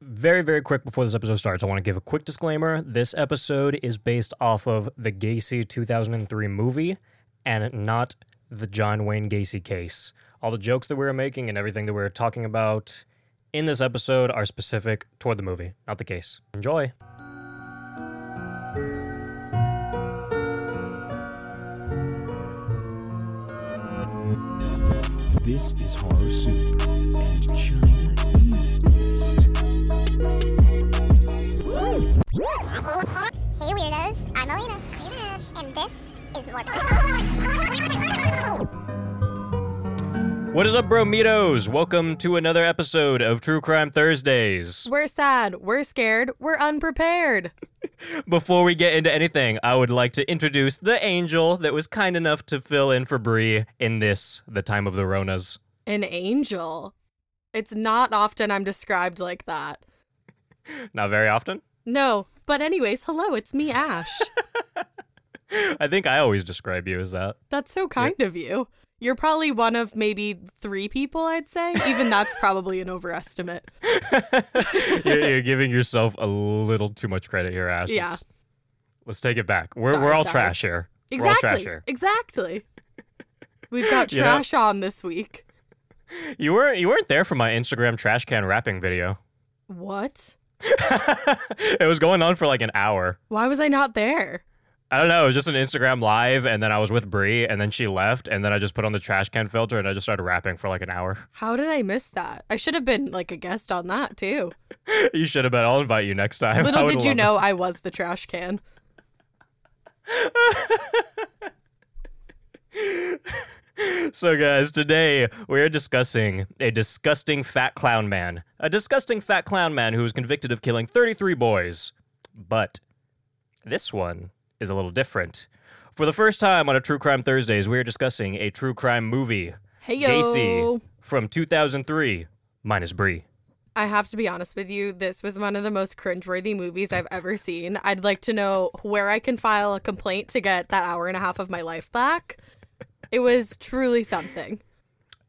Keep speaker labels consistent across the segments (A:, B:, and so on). A: Very, very quick before this episode starts, I want to give a quick disclaimer. This episode is based off of the Gacy 2003 movie and not the John Wayne Gacy case. All the jokes that we are making and everything that we are talking about in this episode are specific toward the movie, not the case. Enjoy.
B: This is Horror Soup, and China is East.
C: Hey weirdos, I'm Alina. I'm Ash. And this is Mordecai.
A: What is up, bro meatos? Welcome to another episode of True Crime Thursdays.
D: We're sad. We're scared. We're unprepared.
A: Before we get into anything, I would like to introduce the angel that was kind enough to fill in for Bree in this, the time of the Ronas.
D: An angel. It's not often I'm described like that.
A: Not very often.
D: No, but anyways, hello, it's me, Ash.
A: I think I always describe you as that.
D: That's so kind of you. You're probably one of maybe three people, I'd say. Even that's probably an overestimate.
A: You're, you're giving yourself a little too much credit here, Ash.
D: Yeah.
A: Let's, let's take it back. We're,
D: Sorry,
A: we're all
D: sorry.
A: trash here. We're all trash
D: Exactly.
A: here.
D: Exactly. We've got
A: You know-
D: trash on this week.
A: You weren't you weren't there for my Instagram trash can rapping video.
D: What?
A: it was going on for like an hour.
D: Why was I not there?
A: I don't know. It was just an Instagram live, and then I was with Bree, and then she left, and then I just put on the trash can filter, and I just started rapping for like an hour.
D: How did I miss that? I should have been like a guest on that too.
A: You should have been. I'll invite you next time. I
D: Little
A: would
D: did you
A: love-
D: know I was the trash can.
A: So, guys, today we are discussing a disgusting fat clown man. A disgusting fat clown man who was convicted of killing 33 boys. But this one is a little different. For the first time on a True Crime Thursdays, we are discussing a true crime movie.
D: Hey yo.
A: Gacy from 2003, minus Bree.
D: I have to be honest with you. This was one of the most cringeworthy movies I've ever seen. I'd like to know where I can file a complaint to get that hour and a half of my life back. It was truly something.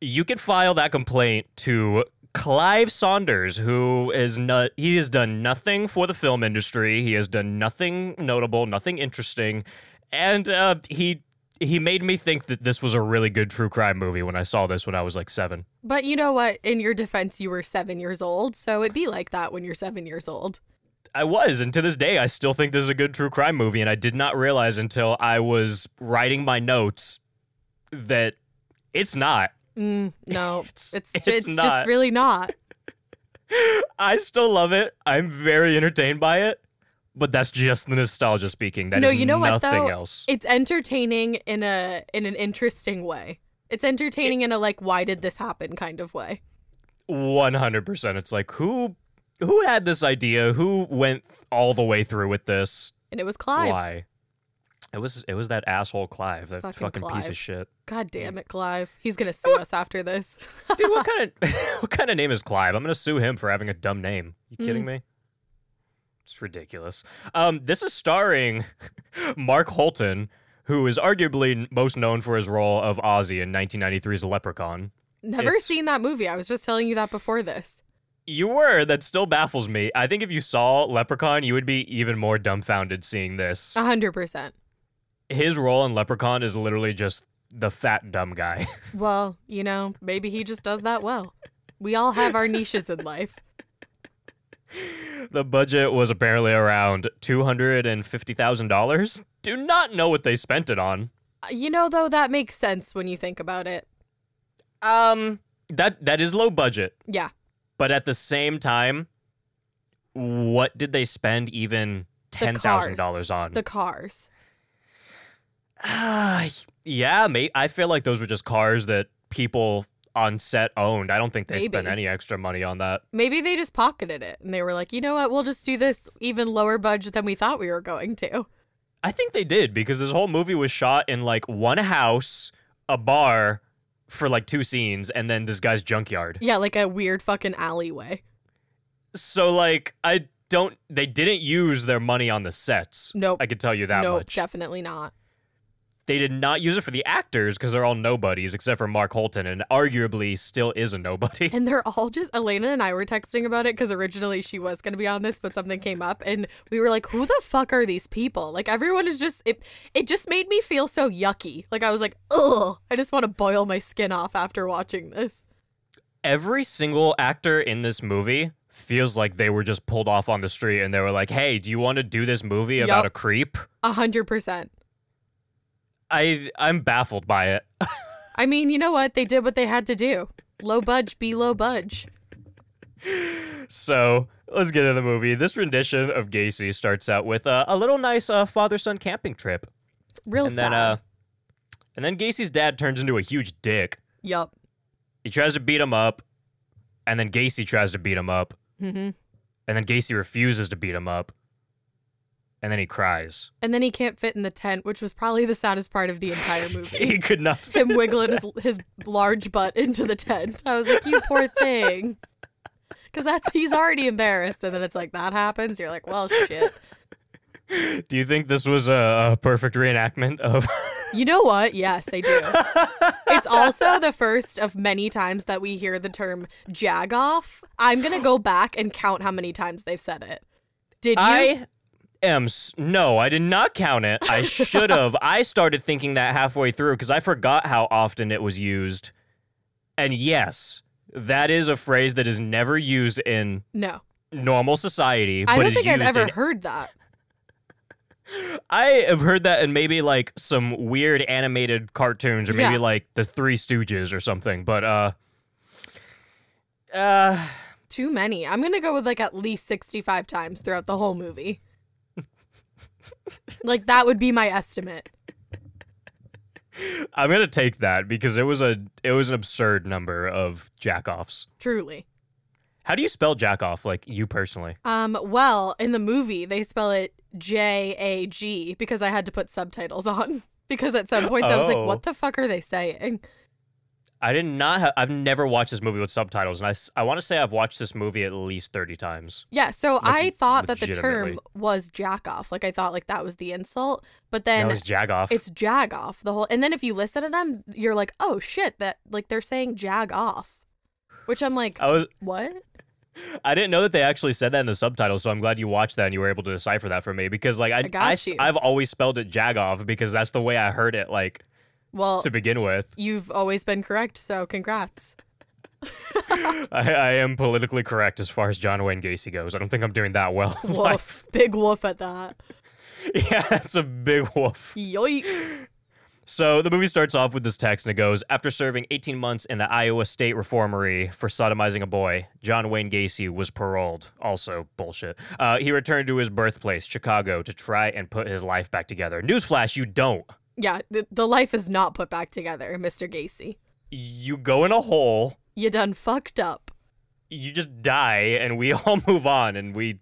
A: you could file that complaint to Clive Saunders, who is not he has done nothing for the film industry. He has done nothing notable, nothing interesting, and uh, he he made me think that this was a really good true crime movie when I saw this when I was like seven.
D: But you know what? In your defense, you were seven years old, so it'd be like that when you're seven years old.
A: I was, and to this day, I still think this is a good true crime movie, and I did not realize until I was writing my notes that it's not.
D: No,
A: It's-
D: it's
A: it's
D: it's, just
A: not.
D: really not.
A: I still love it. I'm very entertained by it, but that's just the nostalgia speaking. That is
D: no, you know what
A: nothing
D: though?
A: else.
D: It's entertaining in a in an interesting way. It's entertaining in a like why did this happen kind of way.
A: One hundred percent. It's like who who had this idea? Who went th- all the way through with this?
D: And it was Clive.
A: Why? It was it was that asshole Clive, that fucking,
D: Fucking
A: piece of
D: Clive.
A: shit.
D: God damn it, Clive. He's gonna sue us after this.
A: Dude, what kind of what kind of name is Clive? I'm gonna sue him for having a dumb name. You kidding me? It's ridiculous. Um, this is starring Mark Holton, who is arguably n- most known for his role of Ozzy in 1993's Leprechaun.
D: Never
A: It's-
D: seen that movie. I was just telling you that before this.
A: You were. That still baffles me. I think if you saw Leprechaun, you would be even more dumbfounded seeing this.
D: A hundred percent.
A: His role in Leprechaun is literally just the fat dumb guy.
D: Well, you know, maybe he just does that well. We all have our niches in life.
A: The budget was apparently around two hundred and fifty thousand dollars. Do not know what they spent it on.
D: Uh, You know, though, that makes sense when you think about it.
A: Um, that that is low budget,
D: Yeah.
A: but at the same time, what did they spend even ten thousand dollars on?
D: The cars.
A: Ah, yeah, mate. I feel like those were just cars that people on set owned. I don't think they spent
D: Maybe.
A: any extra money on that.
D: Maybe they just pocketed it and they were like, you know what? We'll just do this even lower budget than we thought we were going to.
A: I think they did because this whole movie was shot in like one house, a bar for like two scenes, and then this guy's junkyard.
D: Yeah, like a weird fucking alleyway.
A: So like I don't they didn't use their money on the sets.
D: Nope.
A: I could tell you that
D: no,
A: much.
D: definitely not.
A: They did not use it for the actors because they're all nobodies except for Mark Holton, and arguably still is a nobody.
D: And they're all just Elena and I were texting about it because originally she was gonna be on this, but something came up, and we were like, "Who the fuck are these people?" Like everyone is just it. It just made me feel so yucky. Like I was like, "Ugh!" I just want to boil my skin off after watching this.
A: Every single actor in this movie feels like they were just pulled off on the street and they were like, "Hey, do you want to do this movie about
D: Yup.
A: a creep?"
D: A hundred percent.
A: I I'm baffled by it.
D: I mean, you know what? They did what they had to do. Low budge, be low budge.
A: So let's get into the movie. This rendition of Gacy starts out with uh, a little nice uh, father-son camping trip,
D: Real
A: and then
D: sad.
A: uh, and then Gacy's dad turns into a huge dick.
D: yup.
A: He tries to beat him up, and then Gacy tries to beat him up,
D: hmm
A: and then Gacy refuses to beat him up, and then he cries.
D: And then he can't fit in the tent, which was probably the saddest part of the entire movie.
A: he could not.
D: him wiggling his, his large butt into the tent. I was like, you poor thing. Because that's he's already embarrassed, and then it's like that happens. You're like, well, shit.
A: Do you think this was a, a perfect reenactment of?
D: You know what? Yes, I do. It's also the first of many times that we hear the term jag off. I'm gonna go back and count how many times they've said it. Did you?
A: I am s- no, I did not count it. I should have. I started thinking that halfway through because I forgot how often it was used. And yes, that is a phrase that is never used in
D: no,
A: normal society.
D: I
A: but
D: don't
A: is
D: think I've
A: used
D: ever
A: in-
D: heard that.
A: I have heard that in maybe like some weird animated cartoons or maybe
D: Yeah.
A: like the Three Stooges or something. But uh, uh,
D: Too many. I'm gonna go with like at least 65 times throughout the whole movie. like that would be my estimate.
A: I'm gonna take that because it was a it was an absurd number of jackoffs.
D: Truly.
A: How do you spell jackoff? Like you personally?
D: Um, well, in the movie they spell it J A G because I had to put subtitles on. Because at some points I was
A: Oh.
D: like, what the fuck are they saying?
A: I did not. Ha- I've never watched this movie with subtitles, and I, s- I want to say I've watched this movie at least thirty times.
D: Yeah, so I thought that the
A: legitimately.
D: term was jack off. Like I thought like that was the insult. But then
A: That was jagoff.
D: it's jag off the whole and then if you listen to them, you're like, Oh shit, that like they're saying jag off. Which I'm like,
A: I was.
D: what?
A: I didn't know that they actually said that in the subtitles, so I'm glad you watched that and you were able to decipher that for me because, like, I,
D: got
A: s-
D: you.
A: I've always spelled it jagoff because that's the way I heard it, like
D: Well
A: to begin with.
D: you've always been correct, so congrats.
A: I, I am politically correct as far as John Wayne Gacy goes. I don't think I'm doing that well. in life.
D: Woof. Big woof at that.
A: yeah, that's a big wolf.
D: Yikes.
A: So the movie starts off with this text and it goes After serving 18 months in the Iowa State Reformary for sodomizing a boy, John Wayne Gacy was paroled. Also, bullshit. Uh, he returned to his birthplace, Chicago, to try and put his life back together. Newsflash, you don't.
D: Yeah, the, the life is not put back together, Mr. Gacy.
A: You go in a hole,
D: You done fucked up.
A: you just die, and we all move on and we.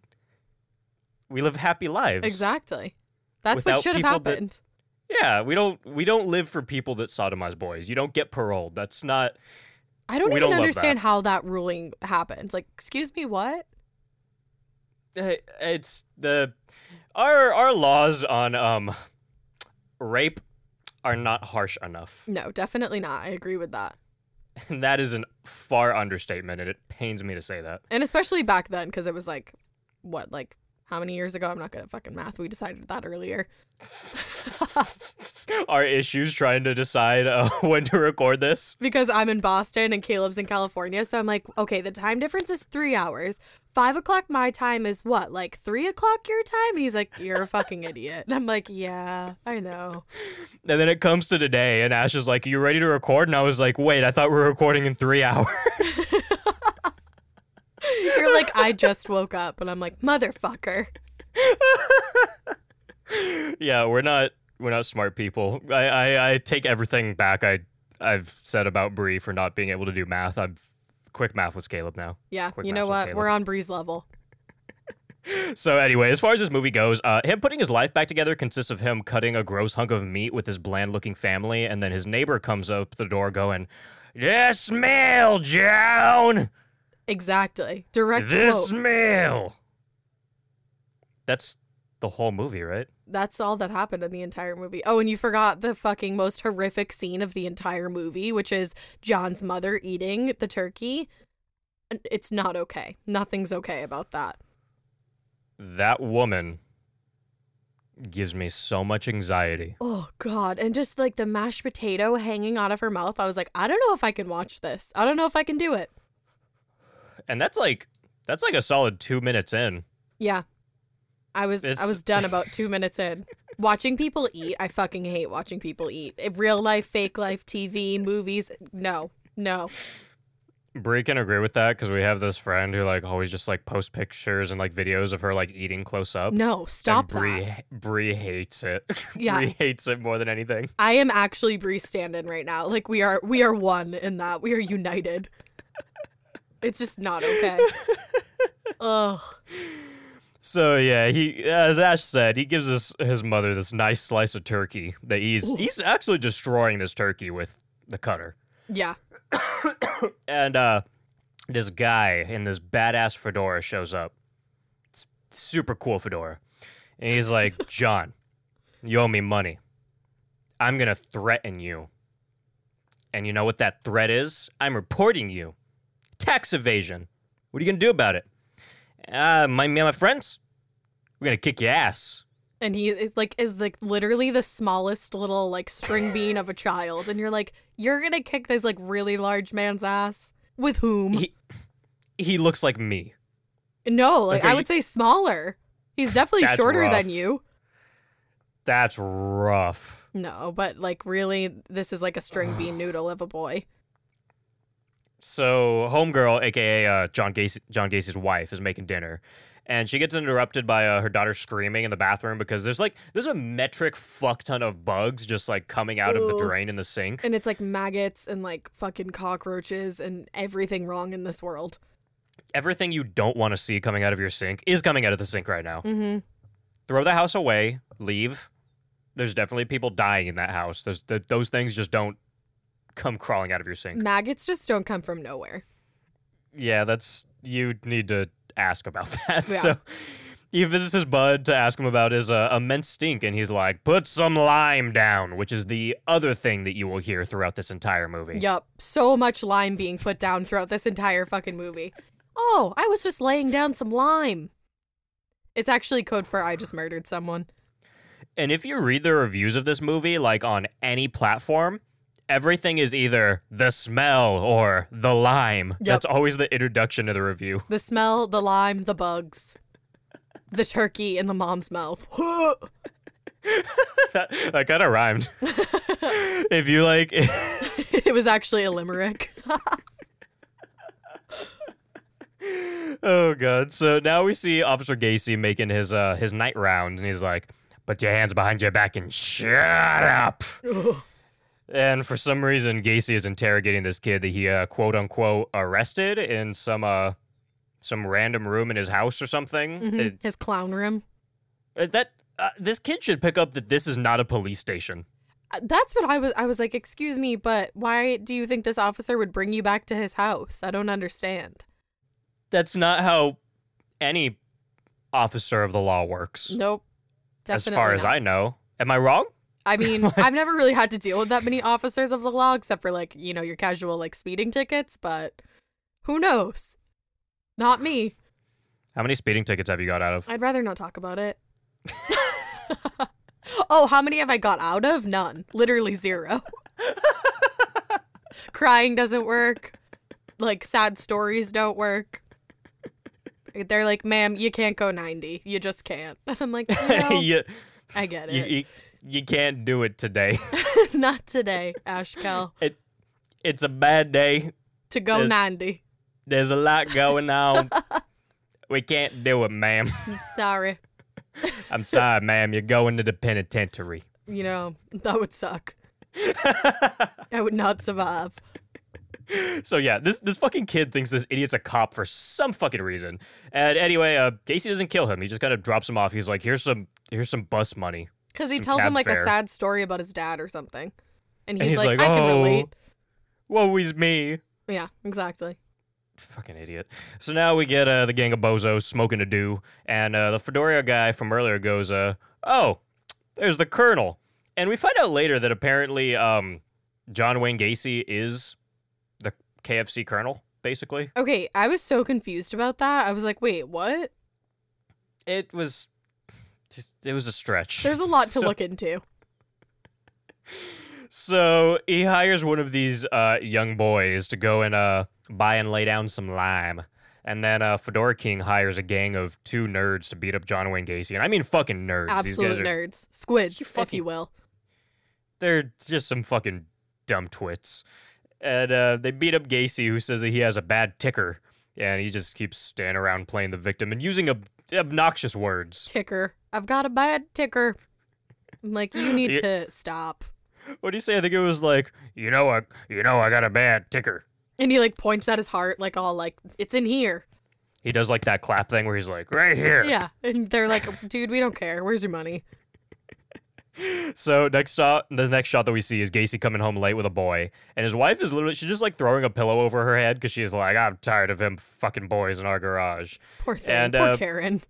A: We live happy lives.
D: Exactly. That's
A: Without
D: what should have
A: people that-
D: happened.
A: Yeah, we don't we don't live for people that sodomize boys. You don't get paroled. That's not
D: I don't
A: we
D: even
A: don't love
D: understand
A: that.
D: how that ruling happened. Like, excuse me, what?
A: Uh, it's the our our laws on um rape are not harsh enough.
D: No, definitely not. I agree with that.
A: And that is an far understatement and it pains me to say that.
D: And especially back then, because it was like, what, like how many years ago? I'm not good at fucking math. We decided that earlier.
A: Our issues trying to decide uh, when to record this.
D: Because I'm in Boston and Caleb's in California. So I'm like, okay, the time difference is three hours. Five o'clock my time is what, like three o'clock your time? And he's like, you're a fucking idiot. And I'm like, yeah, I know.
A: And then it comes to today and Ash is like, "You ready to record?" And I was like, "Wait, I thought we were recording in 3 hours."
D: You're like, I just woke up, and I'm like, motherfucker.
A: yeah, we're not we're not smart people. I I, I take everything back I I've said about Bree for not being able to do math. I'm quick math with Caleb now.
D: Yeah,
A: Quick
D: you know
A: match with
D: what?
A: Caleb.
D: We're on Breeze level.
A: So anyway, as far as this movie goes, uh, him putting his life back together consists of him cutting a gross hunk of meat with his bland-looking family, and then his neighbor comes up the door going, "This smell, Joan.
D: Exactly. Direct
A: This
D: quote.
A: smell." That's the whole movie, right?
D: that's all that happened in the entire movie. Oh, and you forgot the fucking most horrific scene of the entire movie, which is John's mother eating the turkey. And It's not okay. Nothing's okay about that.
A: That woman gives me so much anxiety.
D: Oh god, and just like the mashed potato hanging out of her mouth, I was like, I don't know if I can watch this. I don't know if I can do it.
A: And that's like that's like a solid 2 minutes in.
D: Yeah. I was I
A: It's-
D: was done about 2 minutes in. Watching people eat, I fucking hate watching people eat. If Real life, fake life, TV, movies, no. No.
A: Brie can agree with that because we have this friend who like always just like post pictures and like videos of her like eating close up.
D: No, stop
A: and Brie,
D: that.
A: Brie hates it.
D: Yeah.
A: Brie hates it more than anything.
D: I am actually Bree Standen right now. Like we are we are one in that. We are united. It's just not okay. Ugh.
A: So yeah, he as Ash said, he gives his his mother this nice slice of turkey that he's he's actually destroying this turkey with the cutter.
D: Yeah.
A: And uh this guy in this badass fedora shows up. It's super cool fedora. And he's like, "John, you owe me money. I'm going to threaten you." And you know what that threat is? I'm reporting you. Tax evasion. What are you going to do about it? Uh, my me and my friends, we're going to kick your ass.
D: and he it, like is like literally the smallest little like string bean of a child and you're like you're gonna kick this like really large man's ass with whom
A: He he looks like me.
D: no like
A: Okay,
D: i
A: you-
D: would say smaller he's definitely
A: That's
D: shorter
A: rough.
D: than you
A: That's rough.
D: no but like really this is like a string bean noodle of a boy
A: So, Homegirl, aka uh, John Gacy, John Gacy's wife, is making dinner, and she gets interrupted by uh, her daughter screaming in the bathroom because there's like there's a metric fuck ton of bugs just like coming out of the
D: Ooh.
A: drain in the sink.
D: and it's like maggots and like fucking cockroaches and everything wrong in this world
A: Everything you don't want to see coming out of your sink is coming out of the sink right now.
D: mm-hmm
A: Throw the house away, leave. There's definitely people dying in that house. There's th- those things just don't come crawling out of your sink.
D: maggots just don't come from nowhere
A: yeah, that's you need to ask about that.
D: Yeah.
A: So he visits his bud to ask him about his uh, immense stink, and he's like, "Put some lime down," which is the other thing that you will hear throughout this entire movie.
D: Yep. So much lime being put down throughout this entire fucking movie. Oh, I was just laying down some lime. It's actually code for I just murdered someone.
A: And if you read the reviews of this movie, like on any platform, everything is either the smell or the lime. That's always the introduction to the review.
D: The smell, the lime, the bugs, the turkey in the mom's mouth.
A: that that kind of rhymed. if you like.
D: it was actually a limerick.
A: Oh god. So now we see Officer Gacy making his uh his night round and he's like, "Put your hands behind your back and shut up." and for some reason Gacy is interrogating this kid that he uh, quote unquote arrested in some uh some random room in his house or something. It-
D: His clown room.
A: it- that uh, this kid should pick up that this is not a police station.
D: Uh, That's what I was. I was like, excuse me, but why do you think this officer would bring you back to his house? I don't understand.
A: That's not how any officer of the law works.
D: Nope.
A: as
D: Definitely
A: far as
D: not.
A: I know. Am I wrong?
D: I mean, I've never really had to deal with that many officers of the law except for like, you know, your casual like speeding tickets, but who knows? Not me.
A: How many speeding tickets have you got out of?
D: I'd rather not talk about it. oh, how many have I got out of? None. Literally zero. Crying doesn't work. Like sad stories don't work. They're like, ma'am, you can't go 90. You just can't. And I'm like, no,
A: You-
D: I get
A: you,
D: it.
A: you, you can't do it today.
D: not today, Ashkel.
A: it it's a bad day.
D: To go
A: It-
D: 90.
A: There's a lot going on. we can't do it, ma'am.
D: I'm sorry.
A: I'm sorry, ma'am. You're going to the penitentiary.
D: you know, that would suck. I would not survive.
A: So yeah, this this fucking kid thinks this idiot's a cop for some fucking reason. And anyway, uh, Casey doesn't kill him. He just kind of drops him off. He's like, "Here's some here's some bus money."
D: Because he
A: Some
D: tells him
A: cab
D: like
A: fare.
D: a sad story about his dad or something. And
A: And he's
D: he's, like,
A: like,
D: I can
A: "Oh."
D: relate.
A: Woe is me.
D: Yeah, exactly.
A: Fucking idiot. So now we get uh, the gang of bozos smoking a do, and uh, the Fedora guy from earlier goes, uh, "Oh, there's the Colonel. And we find out later that apparently um, John Wayne Gacy is the KFC Colonel, basically.
D: Okay, I was so confused about that. I was like, wait, what?
A: It was it was a stretch.
D: There's a lot to
A: So-
D: look into.
A: So he hires one of these uh, young boys to go and uh, buy and lay down some lime. And then uh, Fedora King hires a gang of two nerds to beat up John Wayne Gacy. And I mean fucking nerds. These
D: Absolute
A: guys are,
D: nerds. Squids,
A: You
D: if you
A: fucking-
D: will.
A: They're just some fucking dumb twits. And uh, they beat up Gacy, who says that he has a bad ticker. And he just keeps standing around playing the victim and using ob- obnoxious words.
D: Ticker. I've got a bad ticker. I'm like, you need
A: Yeah.
D: to stop.
A: What do you say? I think it was like, you know, I, you know, I got a bad ticker.
D: And he like points at his heart, like all like, it's in here.
A: He does like that clap thing where he's like, right here.
D: Yeah. And they're like, dude, we don't care. Where's your money?
A: So next shot, the next shot that we see is Gacy coming home late with a boy, and his wife is literally she's just like throwing a pillow over her head because she's like, "I'm tired of him fucking boys in our garage."
D: Poor thing.
A: And,
D: Poor
A: uh,
D: Karen.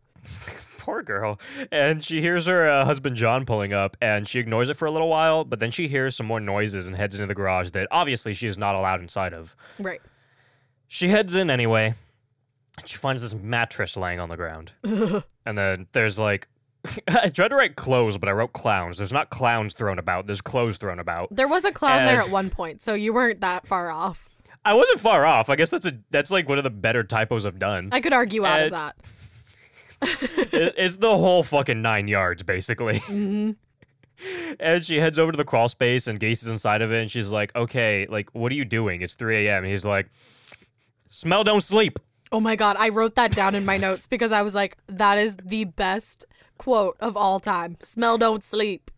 A: Poor girl. And she hears her uh, husband John pulling up, and she ignores it for a little while, but then she hears some more noises and heads into the garage that obviously she is not allowed inside of.
D: Right.
A: She heads in anyway. and She finds this mattress laying on the ground, and then there's like. I tried to write clothes, but I wrote clowns. There's not clowns thrown about. There's clothes thrown about.
D: There was a clown there
A: Uh,
D: at one point, so you weren't that far off.
A: I wasn't far off. I guess that's a that's like one of the better typos I've done.
D: I could argue out of
A: uh,
D: that.
A: It- it's the whole fucking nine yards, basically.
D: Mm-hmm.
A: and she heads over to the crawl space and Gacy's inside of it, and she's like, "Okay, like, what are you doing? It's 3 a.m." And he's like, "Smell, don't sleep."
D: Oh my god, I wrote that down in my notes because I was like, that is the best quote of all time. Smell don't sleep.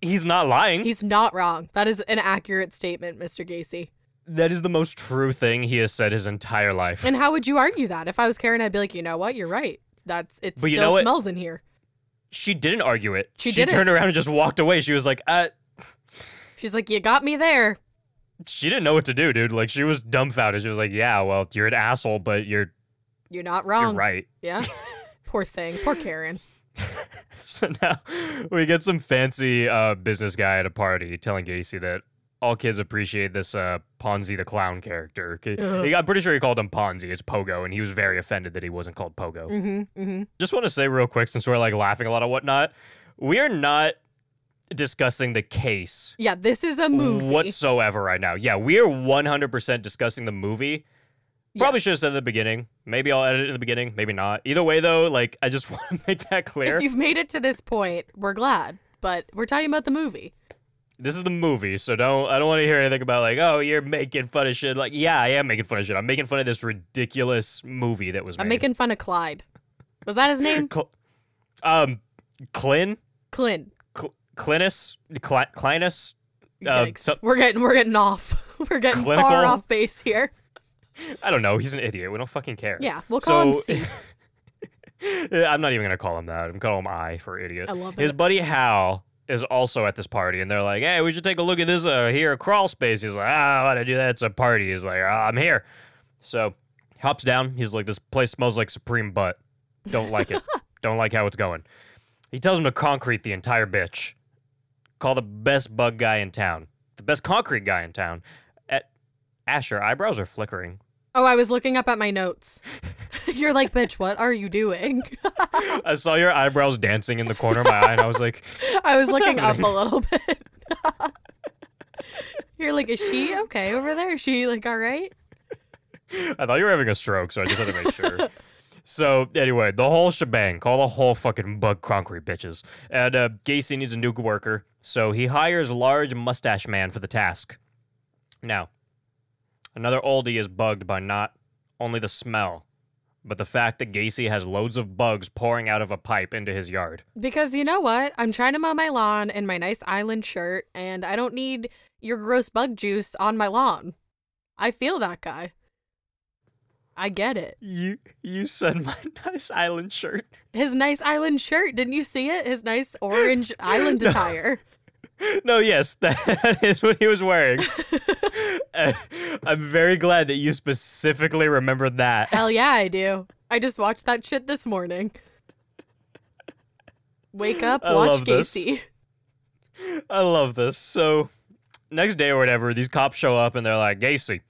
A: He's not lying.
D: He's not wrong. That is an accurate statement, Mr. Gacy.
A: that is the most true thing he has said his entire life.
D: And how would you argue that? If I was Karen, I'd be like, you know what? You're right. That's it
A: But you know
D: still
A: what?
D: smells in here.
A: she didn't argue it.
D: She
A: she
D: didn't.
A: turned around and just walked away. She was like, "Uh."
D: She's like, You got me there.
A: She didn't know what to do, dude. Like she was dumbfounded. She was like, "Yeah, well, you're an asshole, but you're
D: You're not
A: you're
D: wrong.
A: right."
D: Yeah. Poor thing. Poor Karen.
A: So now we get some fancy uh, business guy at a party telling Gacy that all kids appreciate this uh, Ponzi the clown character. 'Cause he- I'm pretty sure he called him Ponzi. It's Pogo, and he was very offended that he wasn't called Pogo.
D: Mm-hmm. Mm-hmm.
A: Just want to say real quick, since we're like laughing a lot and whatnot, we are not discussing the case
D: Yeah, this is a movie.
A: whatsoever right now. Yeah, we are 100% discussing the movie.
D: Yeah.
A: Probably should have said at the beginning. Maybe I'll edit it in the beginning. Maybe not. Either way, though, like I just want to make that clear.
D: if you've made it to this point, we're glad. But we're talking about the movie.
A: this is the movie, so don't I don't want to hear anything about like, oh, you're making fun of shit. Like, yeah, I am making fun of shit. I'm making fun of this ridiculous movie that was made.
D: I'm making fun of Clyde. Was that his name?
A: Cl- um Clin
D: Clint.
A: Cl- Clinus Cl- Clinus. Uh,
D: Yikes.
A: so-
D: we're getting we're getting off. We're getting
A: Clinical-
D: far off base here.
A: I don't know. He's an idiot. We don't fucking care.
D: Yeah, we'll call
A: So-
D: him C.
A: I'm not even gonna call him that. I'm calling him I for idiot.
D: I love
A: His
D: it.
A: buddy Hal is also at this party, and they're like, "Hey, we should take a look at this uh, here crawl space." He's like, "Ah, I want to do that. It's a party." He's like, "Ah, "I'm here." So hops down. He's like, "This place smells like supreme butt. Don't like it. Don't like how it's going." He tells him to concrete the entire bitch. Call the best bug guy in town, the best concrete guy in town. At Asher, eyebrows are flickering.
D: Oh, I was looking up at my notes. You're like, bitch, what are you doing?
A: I saw your eyebrows dancing in the corner of my eye, and I was like.
D: I was looking
A: happening?
D: up a little bit. You're like, is she okay over there? Is she like all right?
A: I thought you were having a stroke, so I just had to make sure. so anyway, the whole shebang, call the whole fucking bug concrete bitches. And uh, Gacy needs a new worker, so he hires large mustache man for the task. Now, another oldie is bugged by not only the smell, but the fact that Gacy has loads of bugs pouring out of a pipe into his yard.
D: Because you know what? I'm trying to mow my lawn in my nice island shirt, and I don't need your gross bug juice on my lawn. I feel that guy. I get it.
A: You you said my nice island shirt.
D: His nice island shirt. Didn't you see it? His nice orange island attire.
A: No, yes, that is what he was wearing. Uh, I'm very glad that you specifically remembered that.
D: Hell yeah, I do. I just watched that shit this morning. Wake up,
A: I
D: watch
A: love this.
D: Gacy.
A: I love this. So, next day or whatever, these cops show up and they're like, Gacy,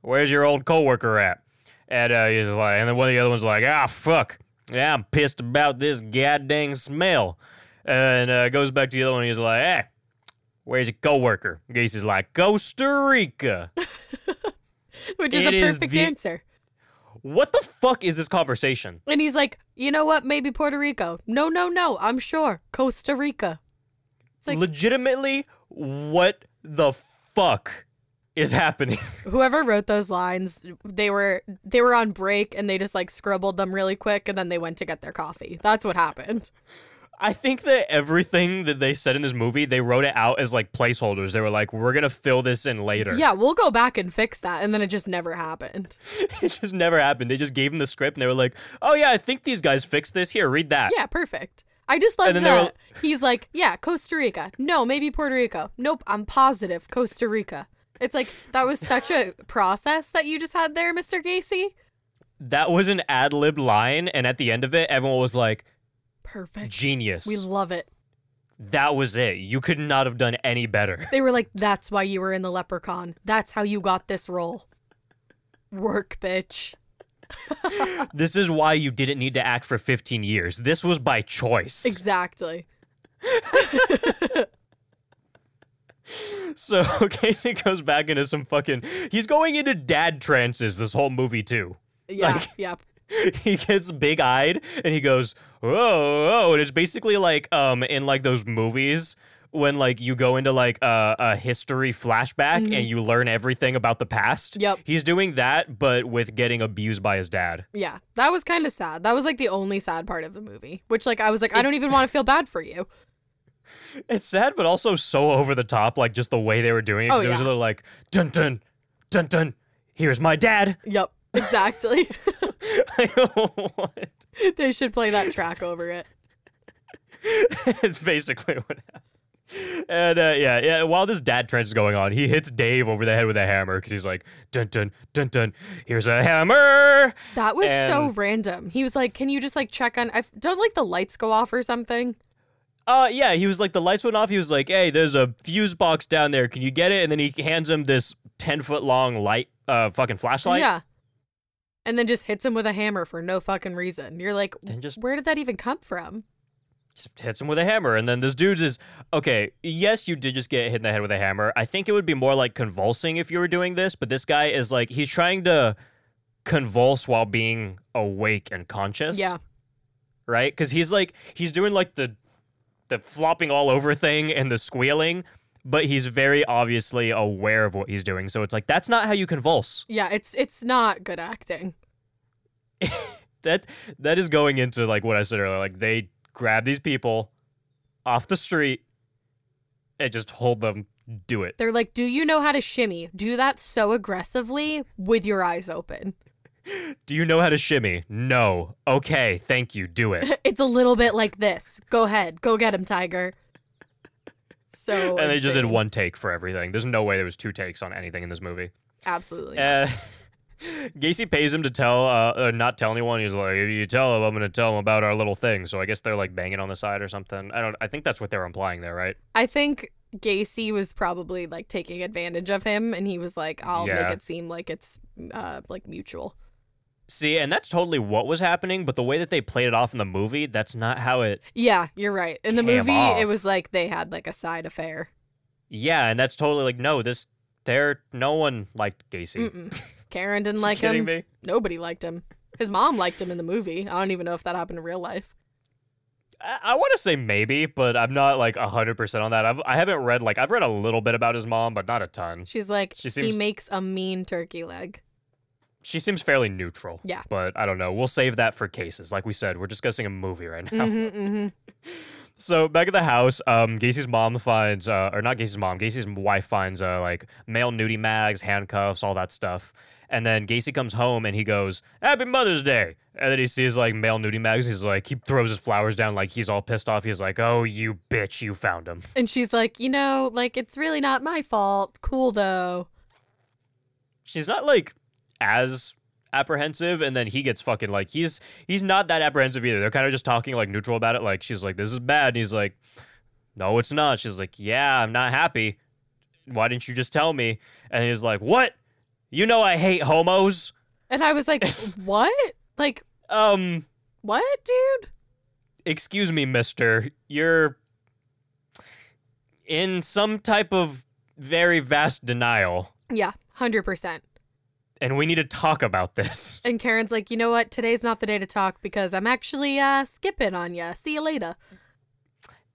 A: where's your old coworker at? And uh, he's like, and then one of the other ones like, ah, fuck, yeah, I'm pissed about this goddamn smell. And uh, goes back to the other one. He's like, hey, where's your coworker? Gacy's like, Costa Rica.
D: Which is a
A: It is
D: perfect
A: the-
D: answer.
A: what the fuck is this conversation?
D: And he's like, you know what? Maybe Puerto Rico. No, no, no. I'm sure. Costa Rica. like-
A: Legitimately, what the fuck is happening?
D: Whoever wrote those lines, they were they were on break and they just like scribbled them really quick and then they went to get their coffee. That's what happened.
A: I think that everything that they said in this movie, they wrote it out as like placeholders. They were like, "We're gonna fill this in later."
D: Yeah, we'll go back and fix that and then it just never happened.
A: it just never happened. They just gave him the script, and they were like, "Oh yeah, I think these guys fixed this. Here, read that."
D: Yeah, perfect. I just love
A: And then they were-
D: that. He's like, yeah, Costa Rica. No, maybe Puerto Rico. Nope, I'm positive Costa Rica. It's like that was such a process that you just had there, Mr. Gacy.
A: That was an ad lib line, and at the end of it, everyone was like,
D: Perfect.
A: "Genius!
D: We love it.
A: that was it. You could not have done any better."
D: They were like, that's why you were in the leprechaun. That's how you got this role. Work, bitch.
A: this is why you didn't need to act for 15 years. This was by choice.
D: Exactly.
A: so Casey goes back into some fucking. He's going into dad trances this whole movie too.
D: Yeah, yeah.
A: he gets big eyed and he goes, whoa, whoa. And it's basically like um in like those movies when like you go into like a, a history flashback and you learn everything about the past.
D: Mm-hmm. Yep.
A: He's doing that, but with getting abused by his dad.
D: Yeah. That was kind of sad. That was like the only sad part of the movie, which, like, I was like, I don't even want to feel bad for you.
A: It's sad, but also so over the top, like just the way they were doing it. 'cause
D: Oh,
A: it was a
D: yeah.
A: little like dun dun dun dun. Here's my dad.
D: Yep, exactly.
A: What?
D: they should play that track over it.
A: it's basically what happened. And uh, yeah, yeah. While this dad trench is going on, he hits Dave over the head with a hammer because he's like, dun dun dun dun. Here's a hammer.
D: That was so
A: And-
D: random. He was like, "Can you just like check on? I f- don't like the lights go off or something."
A: Uh, yeah. He was like, the lights went off. He was like, hey, there's a fuse box down there. Can you get it? And then he hands him this ten foot long light, uh, fucking flashlight.
D: yeah, and then just hits him with a hammer for no fucking reason. You're like,
A: Then just-
D: where did that even come from?
A: Just hits him with a hammer, and then this dude is okay. Yes, you did just get hit in the head with a hammer. I think it would be more like convulsing if you were doing this, but this guy is like he's trying to convulse while being awake and conscious.
D: Yeah,
A: right? Because he's like he's doing like the the flopping all over thing and the squealing, but he's very obviously aware of what he's doing. So it's like that's not how you convulse.
D: yeah. It's it's not good acting.
A: That that is going into like what I said earlier. Like they grab these people off the street and just hold them. Do it.
D: They're like, "Do you know how to shimmy? Do that so aggressively with your eyes open."
A: Do you know how to shimmy? No. Okay. Thank you. Do it.
D: It's a little bit like this. Go ahead, go get him, Tiger. So
A: And they just did
D: insane.
A: one take for everything. There's no way there was two takes on anything in this movie.
D: Absolutely.
A: Uh, Gacy pays him to tell, uh, uh, not tell anyone. He's like, if you tell him, I'm gonna tell him about our little thing. So I guess they're like banging on the side or something. I don't. I think that's what they're implying there, right?
D: I think Gacy was probably like taking advantage of him, and he was like, "I'll
A: Yeah.
D: make it seem like it's uh, like mutual."
A: See, and that's totally what was happening. But the way that they played it off in the movie, that's not how it.
D: Yeah, you're right. In the
A: Came
D: movie,
A: off.
D: it was like they had like a side affair.
A: Yeah, and that's totally like no. This, there, no one liked Gacy.
D: Mm-mm. Karen didn't like um,
A: kidding
D: him.
A: me?
D: Nobody liked him. His mom liked him in the movie. I don't even know if that happened in real life.
A: I, I want to say maybe, but I'm not like hundred percent on that. I've I haven't read like I've read a little bit about his mom, but not a ton.
D: She's like,
A: She seems-
D: he makes a mean turkey leg.
A: She seems fairly neutral.
D: Yeah.
A: but I don't know. We'll save that for cases. Like we said, we're discussing a movie right now.
D: hmm hmm
A: So back at the house, um, Gacy's mom finds, uh, or not Gacy's mom, Gacy's wife finds uh, like male nudie mags, handcuffs, all that stuff. And then Gacy comes home and he goes, "Happy Mother's Day." And then he sees like male nudie mags. He's like, he throws his flowers down, like he's all pissed off. He's like, "Oh, you bitch, you found him."
D: And she's like, you know, like it's really not my fault. Cool though.
A: She's not like as apprehensive, and then he gets fucking like he's he's not that apprehensive either. They're kind of just talking like neutral about it. Like she's like, "This is bad," and he's like, "No, it's not." She's like, "Yeah, I'm not happy. Why didn't you just tell me?" And he's like, "What? You know I hate homos."
D: And I was like, what? Like,
A: Um,
D: what, dude?
A: excuse me, mister, you're in some type of very vast denial,
D: Yeah, 100%.
A: and we need to talk about this.
D: And Karen's like, you know what? Today's not the day to talk because I'm actually uh, skipping on ya. See you later.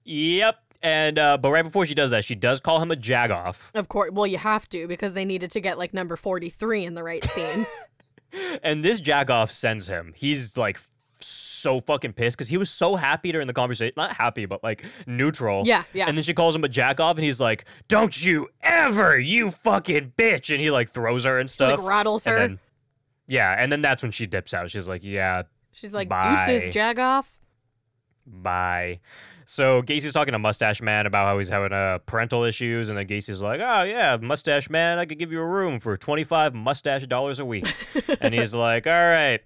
A: Yep. And uh, but right before she does that, she does call him a jagoff,
D: Of course. Well, you have to because they needed to get like number 43 in the right scene.
A: and this jagoff sends him. He's like f- so fucking pissed because he was so happy during the conversation. Not happy, but like neutral.
D: Yeah, yeah.
A: And then she calls him a jackoff, and he's like, "Don't you ever, you fucking bitch!" And he like throws her and stuff.
D: like, rattles her.
A: and then, yeah, and then that's when she dips out. She's like, "Yeah,
D: She's like,
A: Bye.
D: deuces, jagoff.
A: Bye. So Gacy's talking to Mustache Man about how he's having uh, parental issues, and then Gacy's like, "Oh yeah, Mustache Man, I could give you a room for twenty-five mustache dollars a week," and he's like, "All right,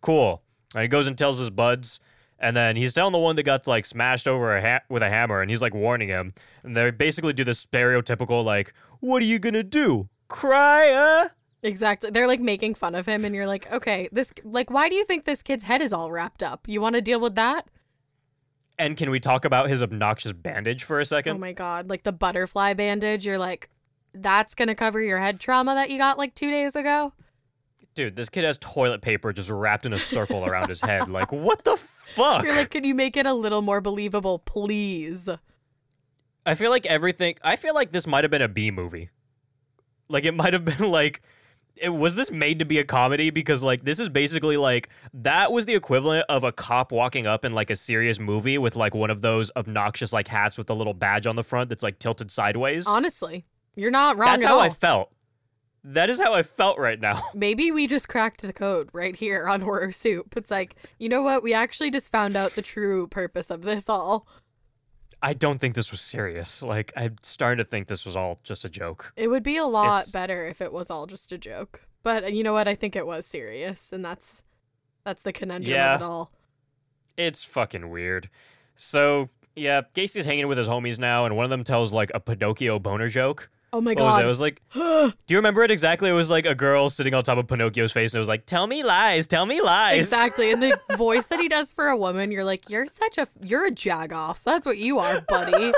A: cool." And he goes and tells his buds, and then he's telling the one that got like smashed over a ha- with a hammer, and he's like warning him, and they basically do this stereotypical like, "What are you gonna do? Cry?" Uh?
D: Exactly. They're like making fun of him, and you're like, okay, this, like, why do you think this kid's head is all wrapped up? You want to deal with that?
A: And can we talk about his obnoxious bandage for a second?
D: Oh my God. Like the butterfly bandage. You're like, that's going to cover your head trauma that you got like two days ago.
A: Dude, this kid has toilet paper just wrapped in a circle around his head. Like, what the fuck?
D: You're like, can you make it a little more believable, please?
A: I feel like everything. I feel like this might have been a B movie. Like it might have been like, it, was this made to be a comedy? Because like this is basically like that was the equivalent of a cop walking up in like a serious movie with like one of those obnoxious like hats with a little badge on the front that's like tilted sideways.
D: Honestly, you're not wrong
A: that's
D: at
A: how
D: all.
A: I felt. That is how I felt right now.
D: Maybe we just cracked the code right here on Horror Soup. It's like, you know what? We actually just found out the true purpose of this all.
A: I don't think this was serious. Like I'm starting to think this was all just a joke.
D: It would be a lot
A: It's-
D: better if it was all just a joke. But uh, you know what? I think it was serious, and that's that's the conundrum
A: Yeah.
D: of it all.
A: It's fucking weird. So yeah, Gacy's hanging with his homies now, and one of them tells like a Pinocchio boner joke.
D: Oh my
A: what was
D: god!
A: it? It was like, do you remember it exactly? It was like a girl sitting on top of Pinocchio's face, and it was like, "Tell me lies, tell me lies."
D: exactly, and the voice that he does for a woman, you're like, you're such a you're a jagoff. That's what you are, buddy.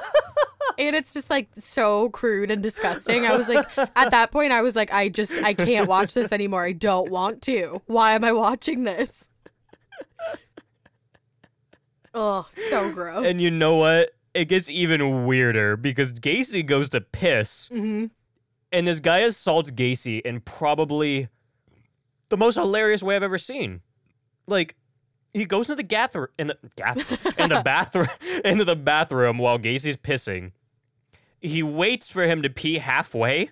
D: and it's just like so crude and disgusting. I was like, at that point, I was like, I just I can't watch this anymore. I don't want to. Why am I watching this? Oh, so gross.
A: And you know what? It gets even weirder because Gacy goes to piss,
D: Mm-hmm.
A: and this guy assaults Gacy in probably the most hilarious way I've ever seen. Like, he goes into the gather in the gath- in the bathroom into the bathroom while Gacy's pissing. He waits for him to pee halfway.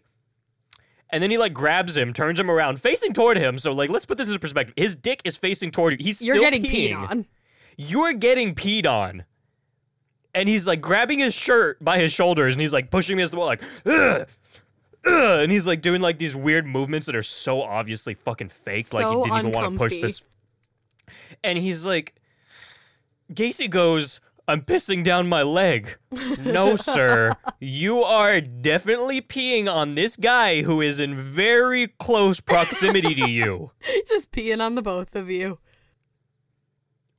A: And then he like grabs him, turns him around, facing toward him. So like, let's put this into perspective. His dick is facing toward you. He's
D: you're
A: still
D: getting
A: peeing
D: peed on.
A: you're getting peed on. And he's like grabbing his shirt by his shoulders and he's like pushing me as the wall, like, ugh, ugh, and he's like doing like these weird movements that are so obviously fucking fake. like he
D: So
A: didn't even want to push
D: uncomfy.
A: this. And he's like, Gacy goes, I'm pissing down my leg. No, sir. You are definitely peeing on this guy who is in very close proximity to you.
D: just peeing on the both of you.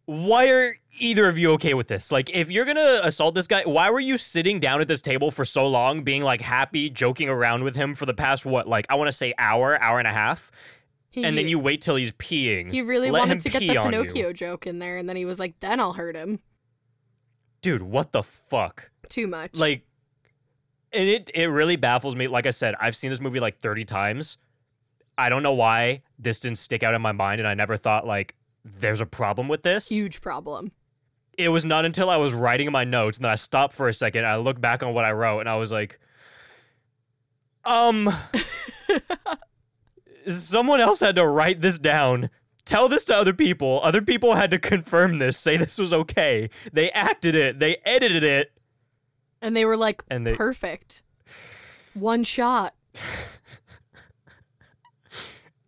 A: why are either of you okay with this? Like, if you're gonna assault this guy, why were you sitting down at this table for so long, being like happy, joking around with him for the past what, like I want to say hour, hour and a half,
D: He,
A: and then you wait till he's peeing.
D: he really
A: Let him
D: wanted to get the
A: pee on you.
D: Pinocchio joke in there, and then he was like, "Then I'll hurt him."
A: dude. What the fuck?
D: Too much.
A: Like, and it it really baffles me. Like I said, I've seen this movie like 30 times. I don't know why this didn't stick out in my mind, and I never thought like there's a problem with this.
D: huge problem.
A: it was not until I was writing my notes and then I stopped for a second. I looked back on what I wrote and I was like, um, someone else had to write this down. Tell this to other people. Other people had to confirm this, say this was okay. They acted it, they edited it.
D: And they were like,
A: And they-
D: "Perfect, one shot."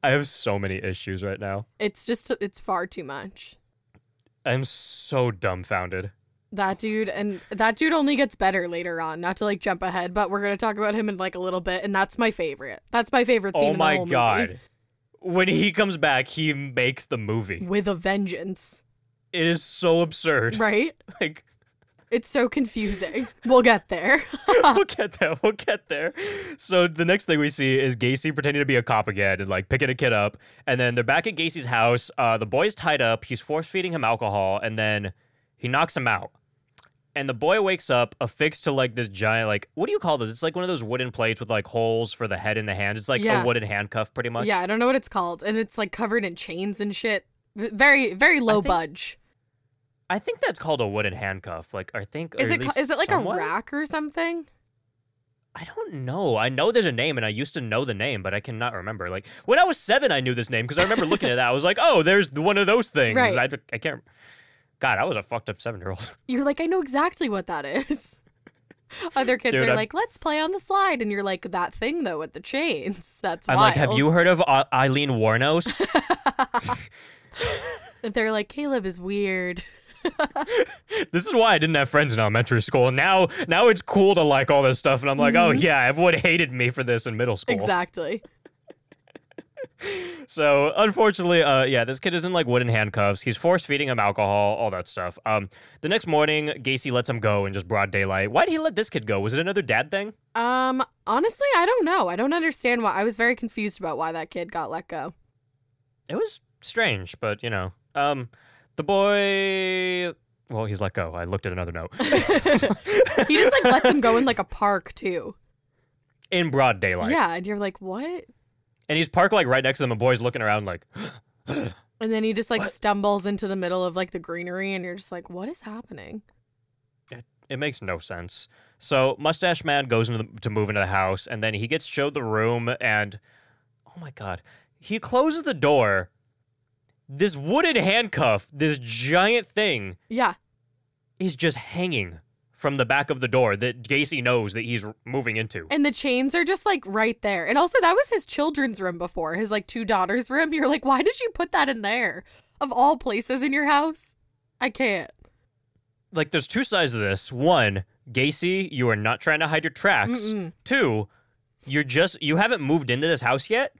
A: I have so many issues right now.
D: It's just it's far too much.
A: I'm so dumbfounded.
D: That dude and that dude only gets better later on. Not to like jump ahead, but we're gonna talk about him in like a little bit, and that's my favorite. That's my favorite scene.
A: Oh
D: in the
A: my
D: whole
A: god.
D: movie.
A: When he comes back, he makes the movie.
D: with a vengeance,
A: It is so absurd.
D: right?
A: Like
D: It's so confusing. we'll get there.
A: we'll get there. We'll get there. So the next thing we see is Gacy pretending to be a cop again and like picking a kid up. And then they're back at Gacy's house. Uh, the boy's tied up. He's force feeding him alcohol, and then he knocks him out. And the boy wakes up affixed to like this giant like what do you call this? It's like one of those wooden plates with like holes for the head and the hands. It's like
D: Yeah.
A: a wooden handcuff, pretty much.
D: yeah, I don't know what it's called, and it's like covered in chains and shit. V- Very very low
A: think-
D: budge.
A: I think that's called a wooden handcuff. Like I think
D: Is
A: or
D: it
A: at
D: ca-
A: least
D: is it like
A: somewhat?
D: a rack or something?
A: I don't know. I know there's a name, and I used to know the name, but I cannot remember. Like when I was seven, I knew this name because I remember looking at that. I was like, "Oh, there's th- one of those things."
D: Right.
A: I, I can't. God, I was a fucked up seven year old.
D: You're like, I know exactly what that is. Other kids
A: Dude,
D: are
A: I'm-
D: like, let's play on the slide, and you're like, that thing though with the chains. That's
A: I'm like, "Have
D: wild."
A: you heard of uh, Eileen Warnos?"
D: They're like, Caleb is weird.
A: this is why I didn't have friends in elementary school. Now, now it's cool to like all this stuff, and I'm like, "Oh
D: Mm-hmm.
A: yeah, everyone hated me for this in middle school."
D: Exactly.
A: So unfortunately, uh, yeah, this kid is in like wooden handcuffs. He's force feeding him alcohol, all that stuff. Um, the next morning, Gacy lets him go in just broad daylight. Why did he let this kid go? Was it another dad thing?
D: Um, honestly, I don't know. I don't understand why. I was very confused about why that kid got let go.
A: It was strange, but you know, um, the boy. Well, he's let go. I looked at another note
D: He just like lets him go in like a park too.
A: in broad daylight,
D: Yeah, and you're like, what?
A: and he's parked like right next to them. And boy's looking around like,
D: And then he just like stumbles into the middle of like the greenery, and you're just like, what is happening?
A: It makes no sense. So Mustache Man goes into the, to move into the house, and then he gets showed the room, and oh my god, he closes the door. This wooden handcuff, this giant thing,
D: Yeah,
A: is just hanging from the back of the door that Gacy knows that he's r- moving into.
D: and the chains are just like right there. And also, that was his children's room before, his like two daughters' room. You're like, why did you put that in there? Of all places in your house, I can't.
A: Like, there's two sides of this. One, Gacy, you are not trying to hide your tracks.
D: Mm-mm.
A: Two, you're just you haven't moved into this house yet.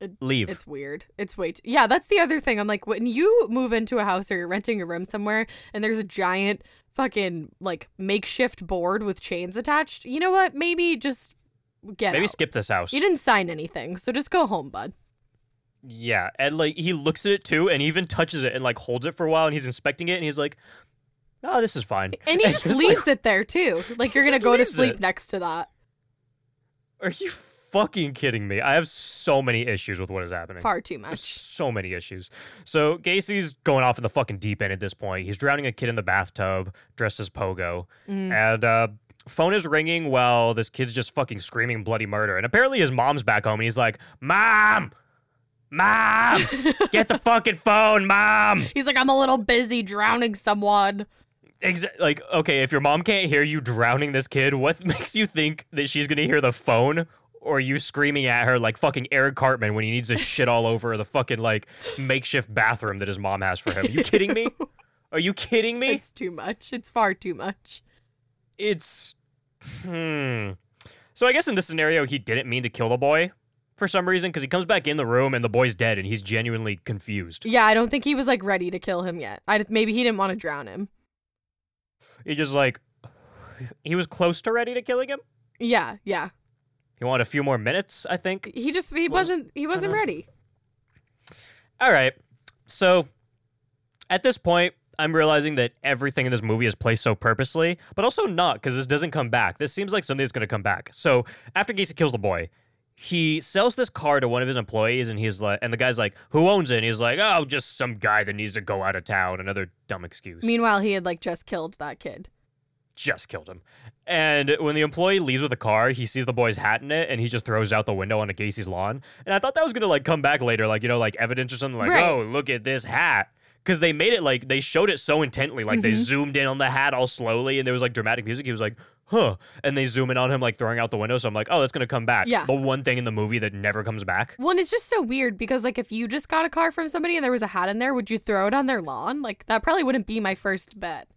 D: It-
A: Leave.
D: It's weird. It's way too. Yeah, that's the other thing. I'm like, when you move into a house or you're renting a room somewhere and there's a giant fucking like makeshift board with chains attached, you know what? Maybe just get
A: Maybe
D: out.
A: skip this house.
D: You didn't sign anything, so just go home, bud.
A: Yeah, and like he looks at it too, and he even touches it and like holds it for a while, and he's inspecting it, and he's like, "Oh, this is fine."
D: And he just, leaves it there too. Like you're gonna
A: just
D: go to
A: leaves
D: sleep
A: it.
D: next to that.
A: Are you fucking kidding me? I have so many issues with what is happening.
D: Far too
A: There's
D: much.
A: so many issues. So Gacy's going off in the fucking deep end at this point. He's drowning a kid in the bathtub dressed as Pogo,
D: Mm.
A: and uh, phone is ringing while this kid's just fucking screaming bloody murder. And apparently his mom's back home, and he's like, "Mom, mom, get the fucking phone, mom."
D: He's like, I'm a little busy drowning someone.
A: Exa- like okay if your mom can't hear you drowning this kid what makes you think that she's gonna hear the phone or you screaming at her like fucking eric cartman when he needs to shit all over the fucking like makeshift bathroom that his mom has for him you kidding me are you kidding me
D: It's too much. It's far too much.
A: it's hmm so i guess in this scenario he didn't mean to kill the boy for some reason because he comes back in the room and the boy's dead and he's genuinely confused
D: Yeah, I don't think he was like ready to kill him yet. I maybe he didn't want to drown him.
A: he just like he was close to ready to killing him
D: Yeah, yeah.
A: he wanted a few more minutes i think
D: He just he wasn't he wasn't ready.
A: All right. So at this point, I'm realizing that everything in this movie is placed so purposely, but also not because this doesn't come back. This seems like something that's going to come back. So after Gacy kills the boy, he sells this car to one of his employees, and he's like, and the guy's like, "Who owns it?" And he's like, "Oh, just some guy that needs to go out of town." Another dumb excuse.
D: Meanwhile, he had like just killed that kid.
A: just killed him. And when the employee leaves with the car, he sees the boy's hat in it and he just throws it out the window onto Gacy's lawn. And I thought that was gonna like come back later, like, you know, like evidence or something like,
D: Right.
A: oh, look at this hat. Cause
D: Mm-hmm.
A: they made it like they showed it so intently, like they zoomed in on the hat all slowly and there was like dramatic music. He was like, huh. And they zoom in on him, like throwing out the window. So I'm like, oh, that's going to come back.
D: Yeah.
A: The one thing in the movie that never comes back.
D: Well, and it's just so weird because, like, if you just got a car from somebody and there was a hat in there, would you throw it on their lawn? Like, that probably wouldn't be my first bet.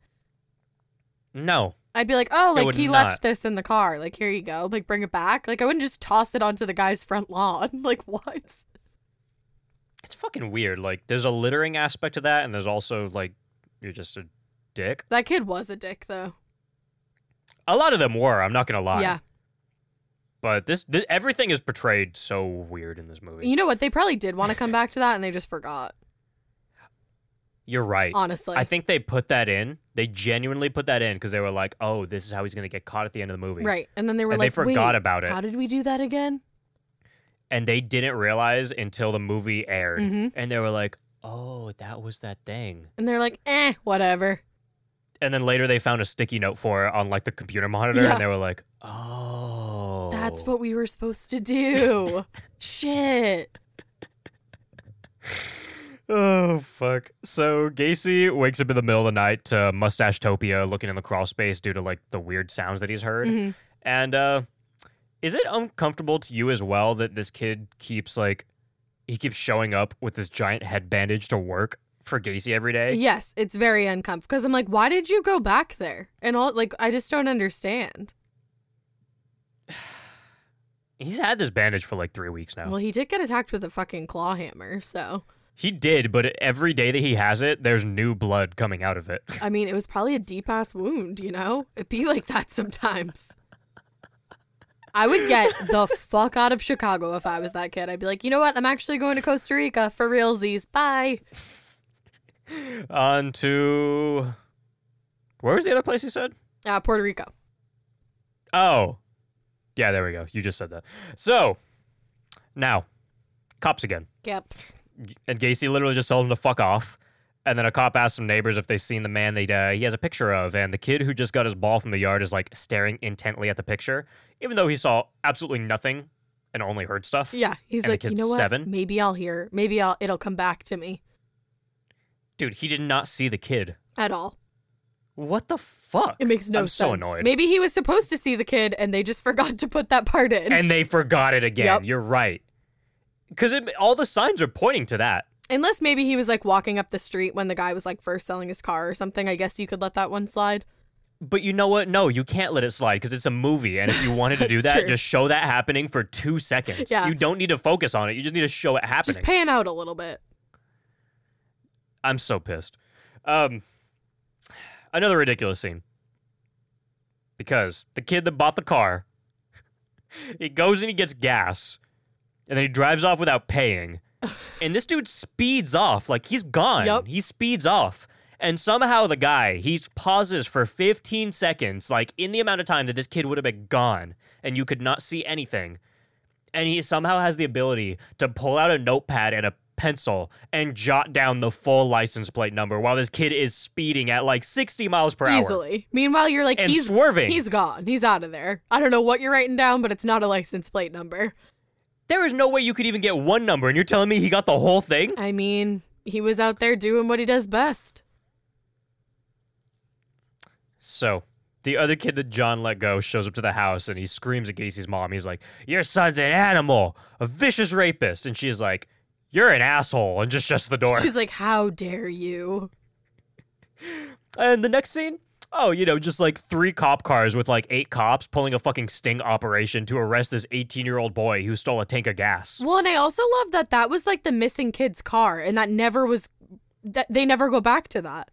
A: No.
D: I'd be like, oh, like,
A: would
D: he
A: not.
D: left this in the car. Like, here you go. Like, bring it back. Like, I wouldn't just toss it onto the guy's front lawn. Like, what?
A: It's fucking weird. Like, there's a littering aspect to that. And there's also, like, you're just a dick.
D: That kid was a dick, though.
A: A lot of them were. I'm not going to lie.
D: Yeah.
A: But this, this, everything is portrayed so weird in this movie.
D: You know what? They probably did want to come back to that and they just forgot,
A: You're right.
D: honestly.
A: I think they put that in. They genuinely put that in because they were like, "Oh, this is how he's going to get caught at the end of the movie."
D: Right. And then they were
A: And they
D: like,
A: forgot
D: "Wait,
A: about it."
D: How did we do that again?
A: And they didn't realize until the movie aired,
D: Mhm.
A: and they were like, "Oh, that was that thing."
D: And they're like, eh, whatever.
A: And then later they found a sticky note for it on like the computer monitor,
D: Yeah.
A: and they were like, "Oh,
D: That's what we were supposed to do. Shit.
A: Oh fuck! So Gacy wakes up in the middle of the night to Mustache Topia, looking in the crawl space due to like the weird sounds that he's heard.
D: Mhm.
A: And uh, is it uncomfortable to you as well that this kid keeps like he keeps showing up with this giant head bandage to work for Gacy every day?
D: Yes, it's very uncomfortable because I'm like, why did you go back there? And all like, I just don't understand.
A: He's had this bandage for like three weeks now.
D: Well, he did get attacked with a fucking claw hammer, so
A: he did, but every day that he has it, there's new blood coming out of it.
D: I mean, it was probably a deep ass wound. You know, it'd be like that sometimes. I would get the fuck out of Chicago if I was that kid. I'd be like, you know what? I'm actually going to Costa Rica for realsies. Bye.
A: On to where was the other place he said?
D: Uh, Puerto Rico.
A: Oh. Yeah, there we go. You just said that. So, now, cops again.
D: Gaps.
A: G- And Gacy literally just told him to fuck off. And then a cop asked some neighbors if they seen the man they uh, he has a picture of, and the kid who just got his ball from the yard is like staring intently at the picture, even though he saw absolutely nothing and only heard stuff.
D: Yeah, he's
A: And the
D: like, you
A: kid's
D: know what?
A: seven?
D: Maybe I'll hear. Maybe I'll. It'll come back to me
A: Dude, he did not see the kid.
D: at all.
A: What the fuck?
D: It makes no
A: I'm
D: sense.
A: so annoyed.
D: Maybe he was supposed to see the kid and they just forgot to put that part in.
A: and they forgot it again.
D: Yep.
A: You're right. Because all the signs are pointing to that.
D: Unless maybe he was like walking up the street when the guy was like first selling his car or something. I guess you could let that one slide.
A: But you know what? No, you can't let it slide because it's a movie. And if you wanted to do
D: That's
A: that,
D: true.
A: just show that happening for two seconds.
D: Yeah.
A: You don't need to focus on it. You just need to show it happening.
D: Just pan out a little bit.
A: I'm so pissed. Um, another ridiculous scene. Because the kid that bought the car, he goes and he gets gas, and then he drives off without paying. and this dude speeds off like he's gone.
D: Yup.
A: He speeds off. And somehow the guy, he pauses for 15 seconds, like in the amount of time that this kid would have been gone and you could not see anything and he somehow has the ability to pull out a notepad and a pencil and jot down the full license plate number while this kid is speeding at like 60 miles per hour.
D: Easily. Meanwhile, you're like,
A: And
D: he's
A: swerving.
D: He's gone. He's out of there. I don't know what you're writing down, but it's not a license plate number.
A: There is no way you could even get one number, and you're telling me he got the whole thing?
D: I mean, he was out there doing what he does best.
A: So, the other kid that John let go shows up to the house and he screams at Gacy's mom. He's like, Your son's an animal, a vicious rapist. And she's like, You're an asshole, and just shuts the door.
D: She's like, how dare you?
A: And the next scene, oh, you know, just like three cop cars with like eight cops pulling a fucking sting operation to arrest this 18 year old boy who stole a tank of gas.
D: Well, and I also love that that was like the missing kid's car, and that never was. That they never go back to that.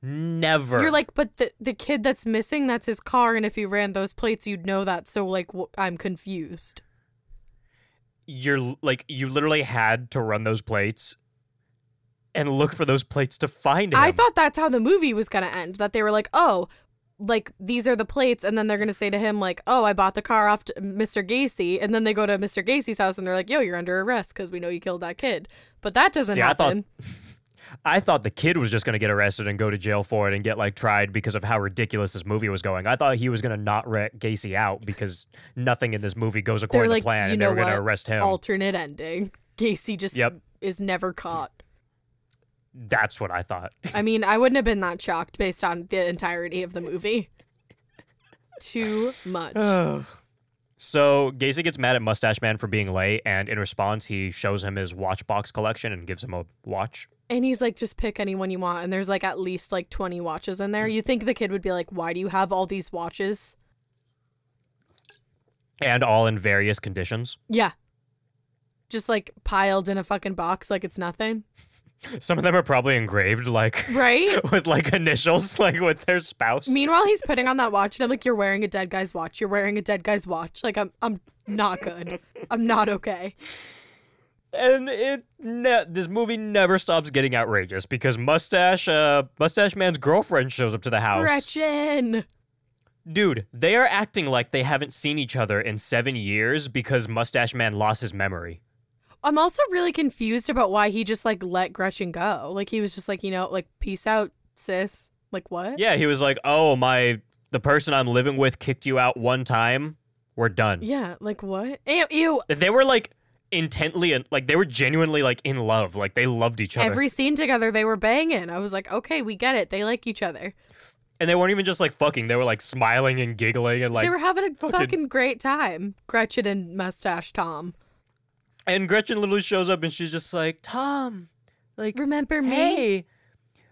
A: Never.
D: You're like, but the the kid that's missing, that's his car, and if you ran those plates, you'd know that. So like, wh- I'm confused.
A: you're l- like, you literally had to run those plates and look for those plates to find him.
D: I thought that's how the movie was gonna end. That they were like, oh, like these are the plates, and then they're gonna say to him like, oh, I bought the car off to Mr. Gacy, and then they go to Mr. Gacy's house and they're like, yo, you're under arrest because we know you killed that kid. But that doesn't
A: See, I thought-
D: happen.
A: I thought the kid was just going to get arrested and go to jail for it and get like tried because of how ridiculous this movie was going. I thought he was going to not rat Gacy out because nothing in this movie goes
D: they're
A: according
D: like,
A: to plan
D: you
A: and
D: know
A: they were going
D: what?
A: to arrest him.
D: Alternate ending. Gacy just
A: Yep.
D: is never caught.
A: That's what I thought.
D: I mean, I wouldn't have been that shocked based on the entirety of the movie. too much.
A: So Gacy gets mad at Mustache Man for being late, and in response, he shows him his watch box collection and gives him a watch.
D: And he's like, just pick any one you want. And there's like at least like 20 watches in there. You think the kid would be like, why do you have all these watches?
A: And all in various conditions.
D: Yeah. Just like piled in a fucking box like it's nothing.
A: Some of them are probably engraved, like
D: Right?
A: with like initials, like with their spouse.
D: Meanwhile, he's putting on that watch and I'm like, you're wearing a dead guy's watch. You're wearing a dead guy's watch. Like, I'm, I'm not good. I'm not okay.
A: and it ne- this movie never stops getting outrageous because mustache uh, mustache man's girlfriend shows up to the house.
D: Gretchen.
A: Dude, they are acting like they haven't seen each other in seven years because mustache man lost his memory.
D: I'm also really confused about why he just like let Gretchen go. Like, he was just like, you know, like, peace out, sis. Like, what?
A: Yeah, he was like, "Oh my, the person I'm living with kicked you out one time. We're done."
D: Yeah, like, what? Ew, ew.
A: They were like intently and like they were genuinely like in love. Like they loved each other.
D: Every scene together, they were banging. I was like, okay, we get it. They like each other.
A: and they weren't even just like fucking. They were like smiling and giggling and like
D: they were having a
A: fucking-
D: fucking, great time. Gretchen and Mustache Tom.
A: and Gretchen literally shows up and she's just like, "Tom, like
D: Remember me?
A: Hey,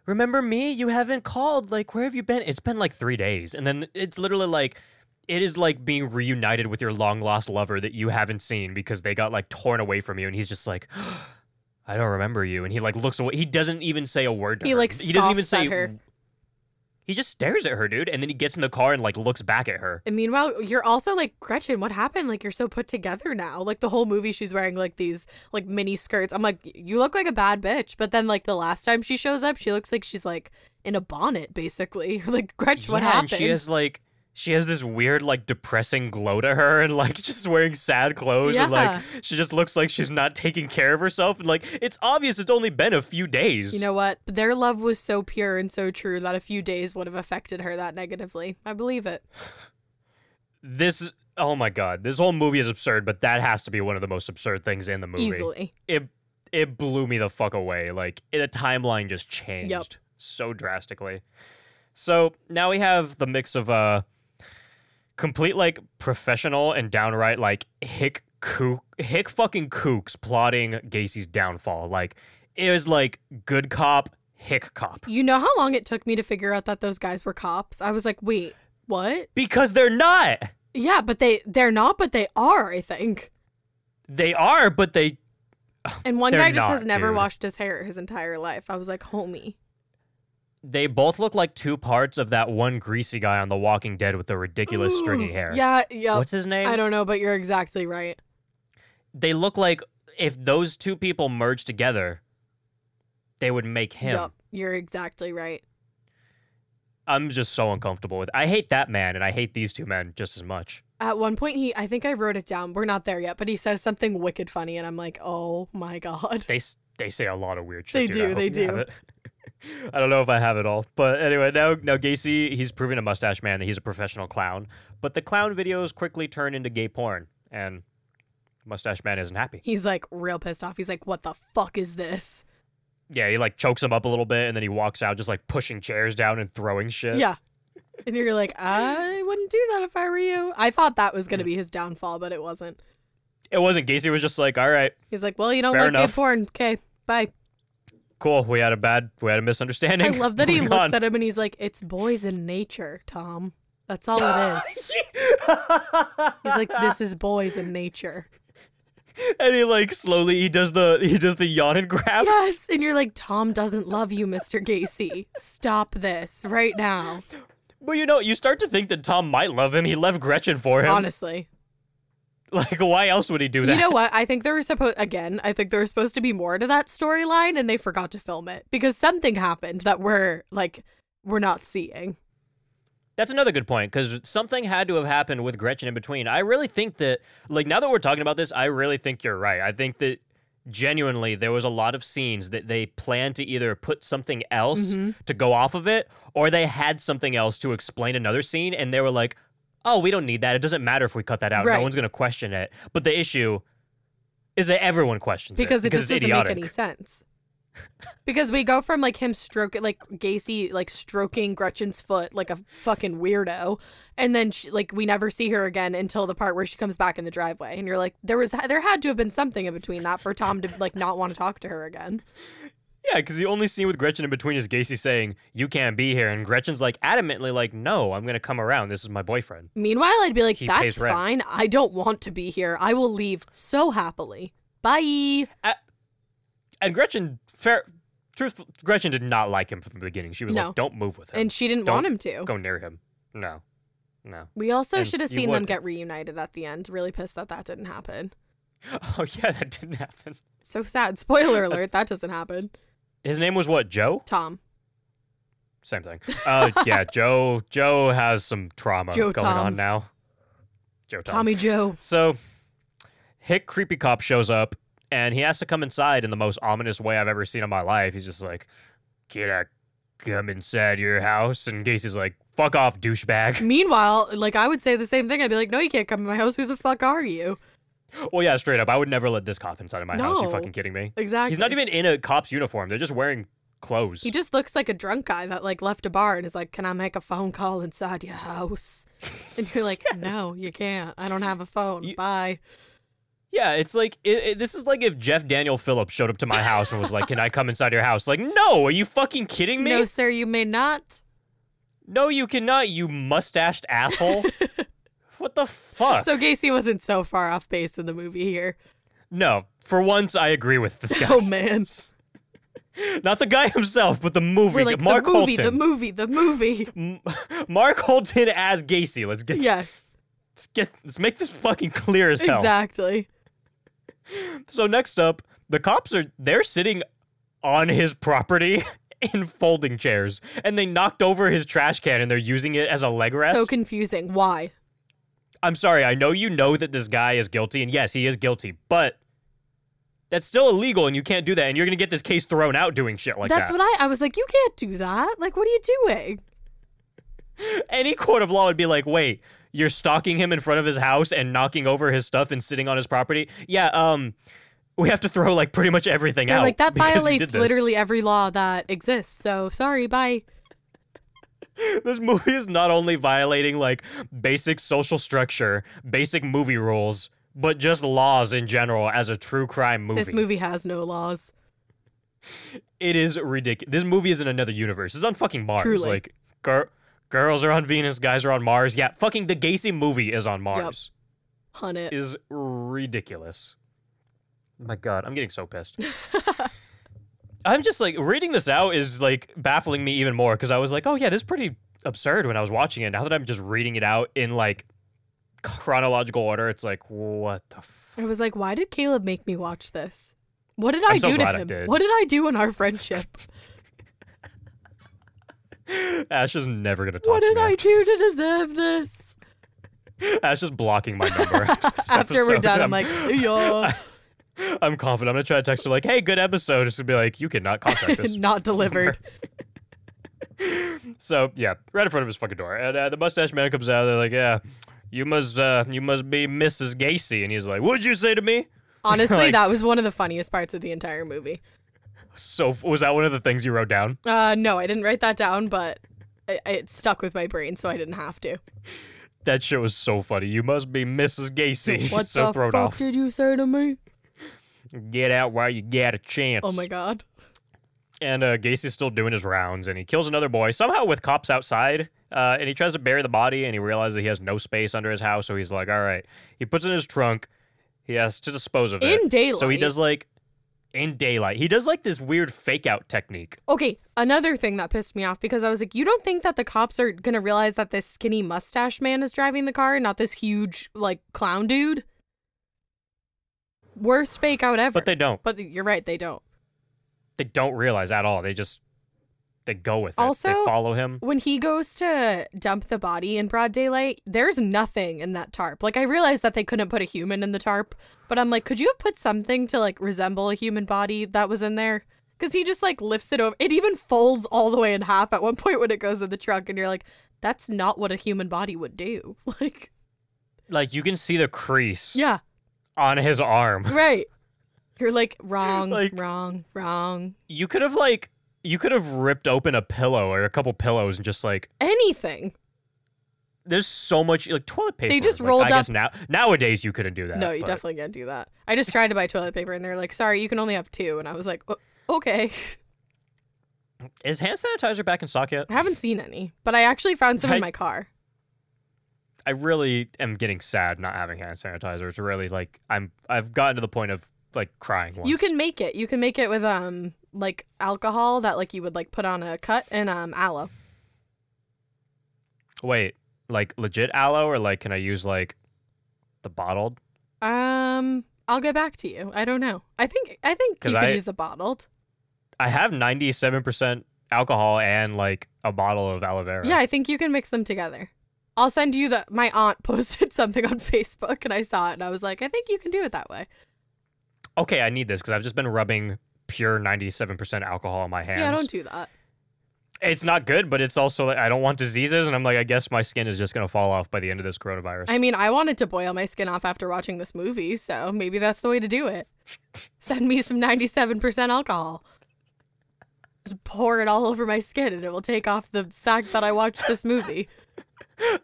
A: remember me? You haven't called. Like, where have you been? It's been like three days. And then it's literally like, it is like being reunited with your long lost lover that you haven't seen because they got like torn away from you. And he's just like, I don't remember you. And he like looks away. He doesn't even say a word to
D: He,
A: her.
D: like,
A: he doesn't even
D: scoffs at
A: say.
D: her.
A: He just stares at her, dude. And then he gets in the car and like looks back at her.
D: And meanwhile, you're also like, Gretchen, what happened? Like, you're so put together now. Like, the whole movie, she's wearing like these like mini skirts. I'm like, you look like a bad bitch. But then, like, the last time she shows up, she looks like she's like in a bonnet, basically. like, Gretchen, what
A: yeah,
D: happened?
A: And she has like she has this weird like depressing glow to her and like just wearing sad clothes and like she just looks like she's not taking care of herself and like it's obvious it's only been a few days.
D: you know what? Their love was so pure and so true that a few days would have affected her that negatively. I believe it.
A: This oh my god, this whole movie is absurd, but that has to be one of the most absurd things in the movie.
D: Easily.
A: It it blew me the fuck away. Like the timeline just changed so drastically. So now we have the mix of uh complete like professional and downright like hick kook hick fucking kooks plotting Gacy's downfall. Like it was like good cop, hick cop.
D: You know how long it took me to figure out that those guys were cops? I was like, wait, what?
A: Because they're not.
D: Yeah, but they they're not, but they are, I think.
A: They are, but they
D: And one
A: They're
D: guy just
A: not,
D: has never
A: dude.
D: washed his hair his entire life. I was like, homie.
A: they both look like two parts of that one greasy guy on The Walking Dead with the ridiculous stringy hair.
D: Yeah, yeah.
A: What's his name?
D: I don't know, but you're exactly right.
A: they look like if those two people merged together, they would make him.
D: Yup, you're exactly right.
A: I'm just so uncomfortable with. I hate that man, and I hate these two men just as much.
D: At one point he I think I wrote it down. We're not there yet, but he says something wicked funny and I'm like, "Oh my god."
A: They s- they say a lot of weird
D: They
A: shit. dude. I
D: do,
A: hope
D: they
A: you
D: do.
A: have it. I don't know if I have it all, but anyway, now now Gacy he's proving to Mustache Man that he's a professional clown, but the clown videos quickly turn into gay porn, and Mustache Man isn't happy.
D: He's like real pissed off. He's like, "What the fuck is this?"
A: Yeah, he like chokes him up a little bit, and then he walks out just like pushing chairs down and throwing shit.
D: Yeah. And you're like, I wouldn't do that if I were you. I thought that was going to be his downfall, but it wasn't.
A: it wasn't. Gacy was just like, all right,
D: He's like, well, you don't
A: Fair
D: like
A: enough.
D: gay porn. Okay, bye.
A: cool. We had a bad, we had a misunderstanding.
D: I love that he
A: Moving
D: looks
A: on.
D: at him and he's like, it's boys in nature, Tom. That's all it is. he's like, this is boys in nature.
A: and he like slowly he does the he does the yawn and grab.
D: Yes. And you're like, Tom doesn't love you, Mr. Gacy. Stop this right now.
A: But you know, you start to think that Tom might love him. He left Gretchen for him.
D: Honestly.
A: Like, why else would he do that?
D: You know what? I think there were supposed again. I think there was supposed to be more to that storyline, and they forgot to film it because something happened that we're like we're not seeing.
A: That's another good point because something had to have happened with Gretchen in between. I really think that, like, now that we're talking about this, I really think you're right. I think that genuinely there was a lot of scenes that they planned to either put something else
D: Mm-hmm.
A: to go off of it or they had something else to explain another scene and they were like, oh, we don't need that. It doesn't matter if we cut that out. No
D: Right.
A: one's going to question it. But the issue is that everyone questions
D: Because
A: it
D: it just
A: it's
D: doesn't
A: idiotic.
D: make any sense. Because we go from like him stroking, like Gacy, like stroking Gretchen's foot like a fucking weirdo, and then she, like we never see her again until the part where she comes back in the driveway, and you're like, there was there had to have been something in between that for Tom to like not want to talk to her again.
A: Yeah, because the only scene with Gretchen in between is Gacy saying, You can't be here. And Gretchen's like adamantly, like, No, I'm going to come around. This is my boyfriend.
D: Meanwhile, I'd be like,
A: He
D: that's
A: pays rent.
D: fine. I don't want to be here. I will leave so happily. Bye.
A: And Gretchen, fair, truth, Gretchen did not like him from the beginning. She was
D: No.
A: like, Don't move with him.
D: And she didn't
A: Don't
D: want him to.
A: Go near him. No. No.
D: We also
A: And
D: should have
A: you
D: seen them
A: would.
D: get reunited at the end. Really pissed that that didn't happen.
A: Oh, yeah, that didn't happen.
D: So sad. Spoiler alert, that doesn't happen.
A: His name was what? Joe?
D: Tom.
A: Same thing. Uh, yeah, Joe. Joe has some trauma
D: Joe
A: going
D: Tom.
A: on now. Joe Tom.
D: Tommy Joe.
A: So, Hick Creepy Cop shows up and he has to come inside in the most ominous way I've ever seen in my life. He's just like, Can I come inside your house? And Gacy's like, Fuck off, douchebag.
D: Meanwhile, like I would say the same thing. I'd be like, no, you can't come to my house. Who the fuck are you?
A: well, yeah, straight up. I would never let this cop inside of my house. You
D: No.
A: fucking kidding me?
D: Exactly.
A: He's not even in a cop's uniform. They're just wearing clothes.
D: He just looks like a drunk guy that like left a bar and is like, "Can I make a phone call inside your house?" And you're like, "No, you can't. I don't have a phone.
A: You-
D: Bye."
A: yeah, it's like, it, it- this is like if Jeff Daniel Phillips showed up to my house and was like, Can I come inside your house? Like, no, are you fucking kidding me?
D: No, sir, you may not.
A: No, you cannot, you mustached asshole. what the fuck?
D: So Gacy wasn't so far off base in the movie here.
A: no, for once, I agree with this guy.
D: Oh man.
A: Not the guy himself, but the movie.
D: We're like
A: Mark
D: the movie, the
A: Holton.
D: movie, the movie.
A: Mark Holton as Gacy. Let's get,
D: Yes.
A: let's get let's make this fucking clear as hell.
D: Exactly.
A: So next up, the cops are they're sitting on his property in folding chairs, and they knocked over his trash can, and they're using it as a leg rest.
D: So confusing. Why?
A: I'm sorry, I know you know that this guy is guilty, and yes, he is guilty, but that's still illegal, and you can't do that, and you're gonna get this case thrown out doing shit like
D: That's
A: that.
D: what I I was like, you can't do that. Like what are you doing?
A: any court of law would be like, wait, you're stalking him in front of his house and knocking over his stuff and sitting on his property. Yeah, um, we have to throw like pretty much everything
D: They're
A: out.
D: like that
A: because you did
D: violates
A: this."
D: literally every law that exists. So sorry, bye.
A: This movie is not only violating like basic social structure, basic movie rules, but just laws in general as a true crime movie.
D: This movie has no laws.
A: it is ridiculous. This movie is in another universe. It's on fucking Mars.
D: Truly.
A: Like, gir- girls are on Venus, guys are on Mars. Yeah, fucking the Gacy movie is on Mars.
D: Hunt it.
A: is ridiculous. My God, I'm getting so pissed. I'm just like reading this out is like baffling me even more because I was like, oh yeah, this is pretty absurd when I was watching it. Now that I'm just reading it out in like chronological order, it's like, what the f-
D: I was like, why did Caleb make me watch this? What did I
A: I'm so
D: do to
A: glad I
D: him?
A: did.
D: What did I do in our friendship?
A: Ash is never gonna talk
D: what
A: to
D: did
A: me.
D: I
A: after
D: do
A: this.
D: to deserve this?
A: Ash is blocking my number. After, this
D: After we're
A: episode.
D: done, I'm like, see ya.
A: I'm confident. I'm gonna try to text her like, hey, good episode. Just to be like, you cannot contact this
D: Not delivered.
A: So yeah, right in front of his fucking door, and uh, the mustache man comes out. They're like, "Yeah, you must, uh, you must be Mrs. Gacy," and he's like, "What'd you say to me?"
D: Honestly,
A: Like-
D: that was one of the funniest parts of the entire movie.
A: So f- was that one of the things you wrote down?
D: Uh, no, I didn't write that down, but it, it stuck with my brain, so I didn't have to.
A: That shit was so funny. You must be Mrs. Gacy.
D: What
A: so
D: the
A: thrown
D: fuck
A: off.
D: did you say to me?
A: Get out while you got a chance.
D: Oh my god.
A: And uh, Gacy's still doing his rounds, and he kills another boy somehow with cops outside. Uh, and he tries to bury the body, and he realizes he has no space under his house, so he's like, "All right." He puts it in his trunk. He has to dispose of it
D: In daylight.
A: So he does like in daylight. He does like this weird fake out technique.
D: Okay, another thing that pissed me off because I was like, you don't think that the cops are gonna realize that this skinny mustache man is driving the car and not this huge like clown dude? Worst fake out ever.
A: But they don't.
D: But you're right, they don't.
A: They don't realize at all. They just they go with it. they
D: Also-
A: follow him.
D: When he goes to dump the body in broad daylight, there's nothing in that tarp. Like I realized that they couldn't put a human in the tarp, but I'm like, could you have put something to like resemble a human body that was in there? Because he just like lifts it over. It even folds all the way in half at one point when it goes in the trunk, and you're like, that's not what a human body would do. Like,
A: Like you can see the crease
D: yeah,
A: on his arm.
D: right. You're like wrong,
A: Like-
D: wrong, wrong.
A: You could have like you could have ripped open a pillow or a couple pillows and just like
D: Anything.
A: there's so much like toilet paper.
D: They just
A: like,
D: rolled
A: I guess
D: up-
A: now nowadays you couldn't do that.
D: no, you
A: but-
D: definitely can't do that. I just tried to buy toilet paper and they're like, sorry, you can only have two. And I was like, "O- okay.
A: Is hand sanitizer back in stock yet?
D: I haven't seen any, but I actually found some
A: I-
D: in my car.
A: I really am getting sad not having hand sanitizer. It's really like I'm I've gotten to the point of like crying once.
D: You can make it. You can make it with um like alcohol that like you would like put on a cut and um aloe.
A: wait, like legit aloe or like can I use like the bottled?
D: Um, I'll get back to you. I don't know. I think I think you
A: 'Cause
D: could
A: I-
D: use the bottled.
A: I have ninety seven percent alcohol and like a bottle of aloe vera.
D: Yeah, I think you can mix them together. I'll send you the my aunt posted something on Facebook and I saw it and I was like, I think you can do it that way.
A: Okay, I need this because I've just been rubbing pure ninety seven percent alcohol on my hands.
D: Yeah, don't do that.
A: it's not good, but it's also like I don't want diseases, and I'm like, I guess my skin is just gonna fall off by the end of this coronavirus.
D: I mean, I wanted to boil my skin off after watching this movie, so maybe that's the way to do it. Send me some 97% alcohol. Just pour it all over my skin and it will take off the fact that I watched this movie.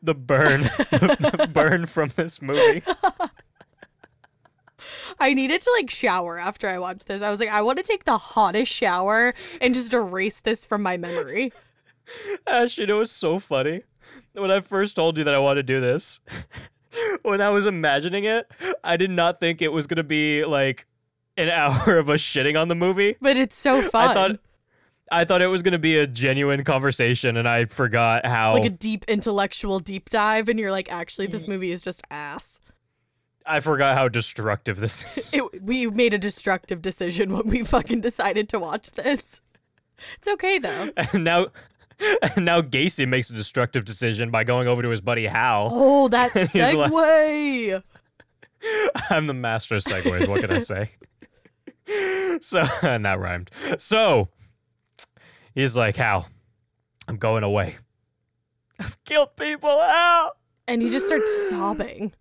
A: the burn, the burn from this movie.
D: I needed to like shower after I watched this. I was like, I want to take the hottest shower and just erase this from my memory.
A: Ash, you know what's so funny? When I first told you that I wanted to do this, when I was imagining it, I did not think it was gonna be like an hour of us shitting on the movie.
D: But it's so fun.
A: I thought I thought it was gonna be a genuine conversation, and I forgot how
D: like a deep intellectual deep dive, and you're like, actually, this movie is just ass.
A: I forgot how destructive this is.
D: It, we made a destructive decision when we fucking decided to watch this. It's okay though.
A: and now, and now Gacy makes a destructive decision by going over to his buddy Hal.
D: Oh, that
A: He's like-
D: segue.
A: I'm the master of segues. What can I say? so and that rhymed. So he's like, Hal, I'm going away. I've killed people. Hal,
D: and he just starts sobbing.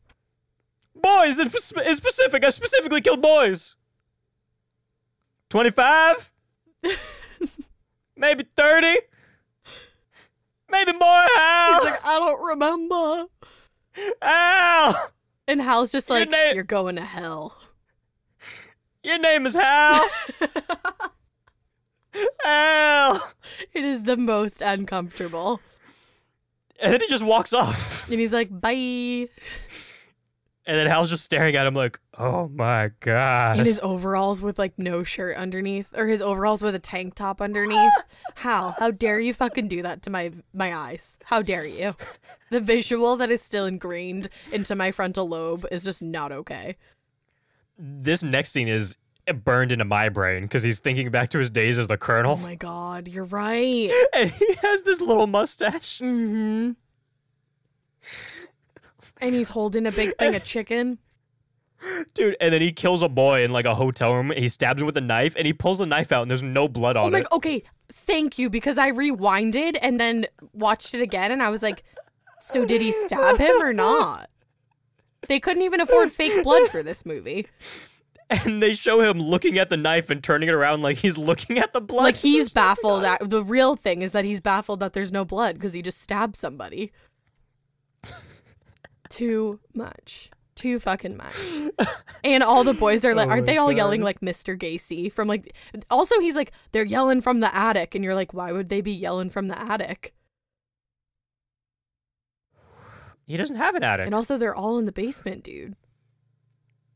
A: boys in, sp- in specific. I specifically killed boys. Twenty-five, maybe thirty, maybe more. Hal,
D: He's like, I don't remember.
A: Hal.
D: And Hal's just like,
A: na-
D: You're going to hell.
A: Your name is Hal. Hal.
D: It is the most uncomfortable.
A: And then he just walks off.
D: And he's like, Bye.
A: And then Hal's just staring at him like, oh my God.
D: In his overalls with like no shirt underneath, or his overalls with a tank top underneath. How? How dare you fucking do that to my my eyes? How dare you? The visual that is still ingrained into my frontal lobe is just not okay.
A: this next scene is burned into my brain because he's thinking back to his days as the
D: Oh
A: colonel.
D: my god, you're right.
A: And he has this little mustache.
D: Mm-hmm. And he's holding a big thing of chicken.
A: Dude, and then he kills a boy in like a hotel room. He stabs him with a knife and he pulls the knife out and there's no blood
D: Oh
A: on
D: my
A: it.
D: okay, thank you, because I rewinded and then watched it again and I was like, so did he stab him or not? They couldn't even afford fake blood for this movie.
A: And they show him looking at the knife and turning it around like he's looking at the blood.
D: Like he's baffled at the real thing is that he's baffled that there's no blood because he just stabbed somebody. Too much. Too fucking much. And all the boys are like, aren't they all yelling like Mr. Gacy from like also he's like, they're yelling from the attic, and you're like, why would they be yelling from the attic?
A: he doesn't have an attic.
D: And also they're all in the basement, dude.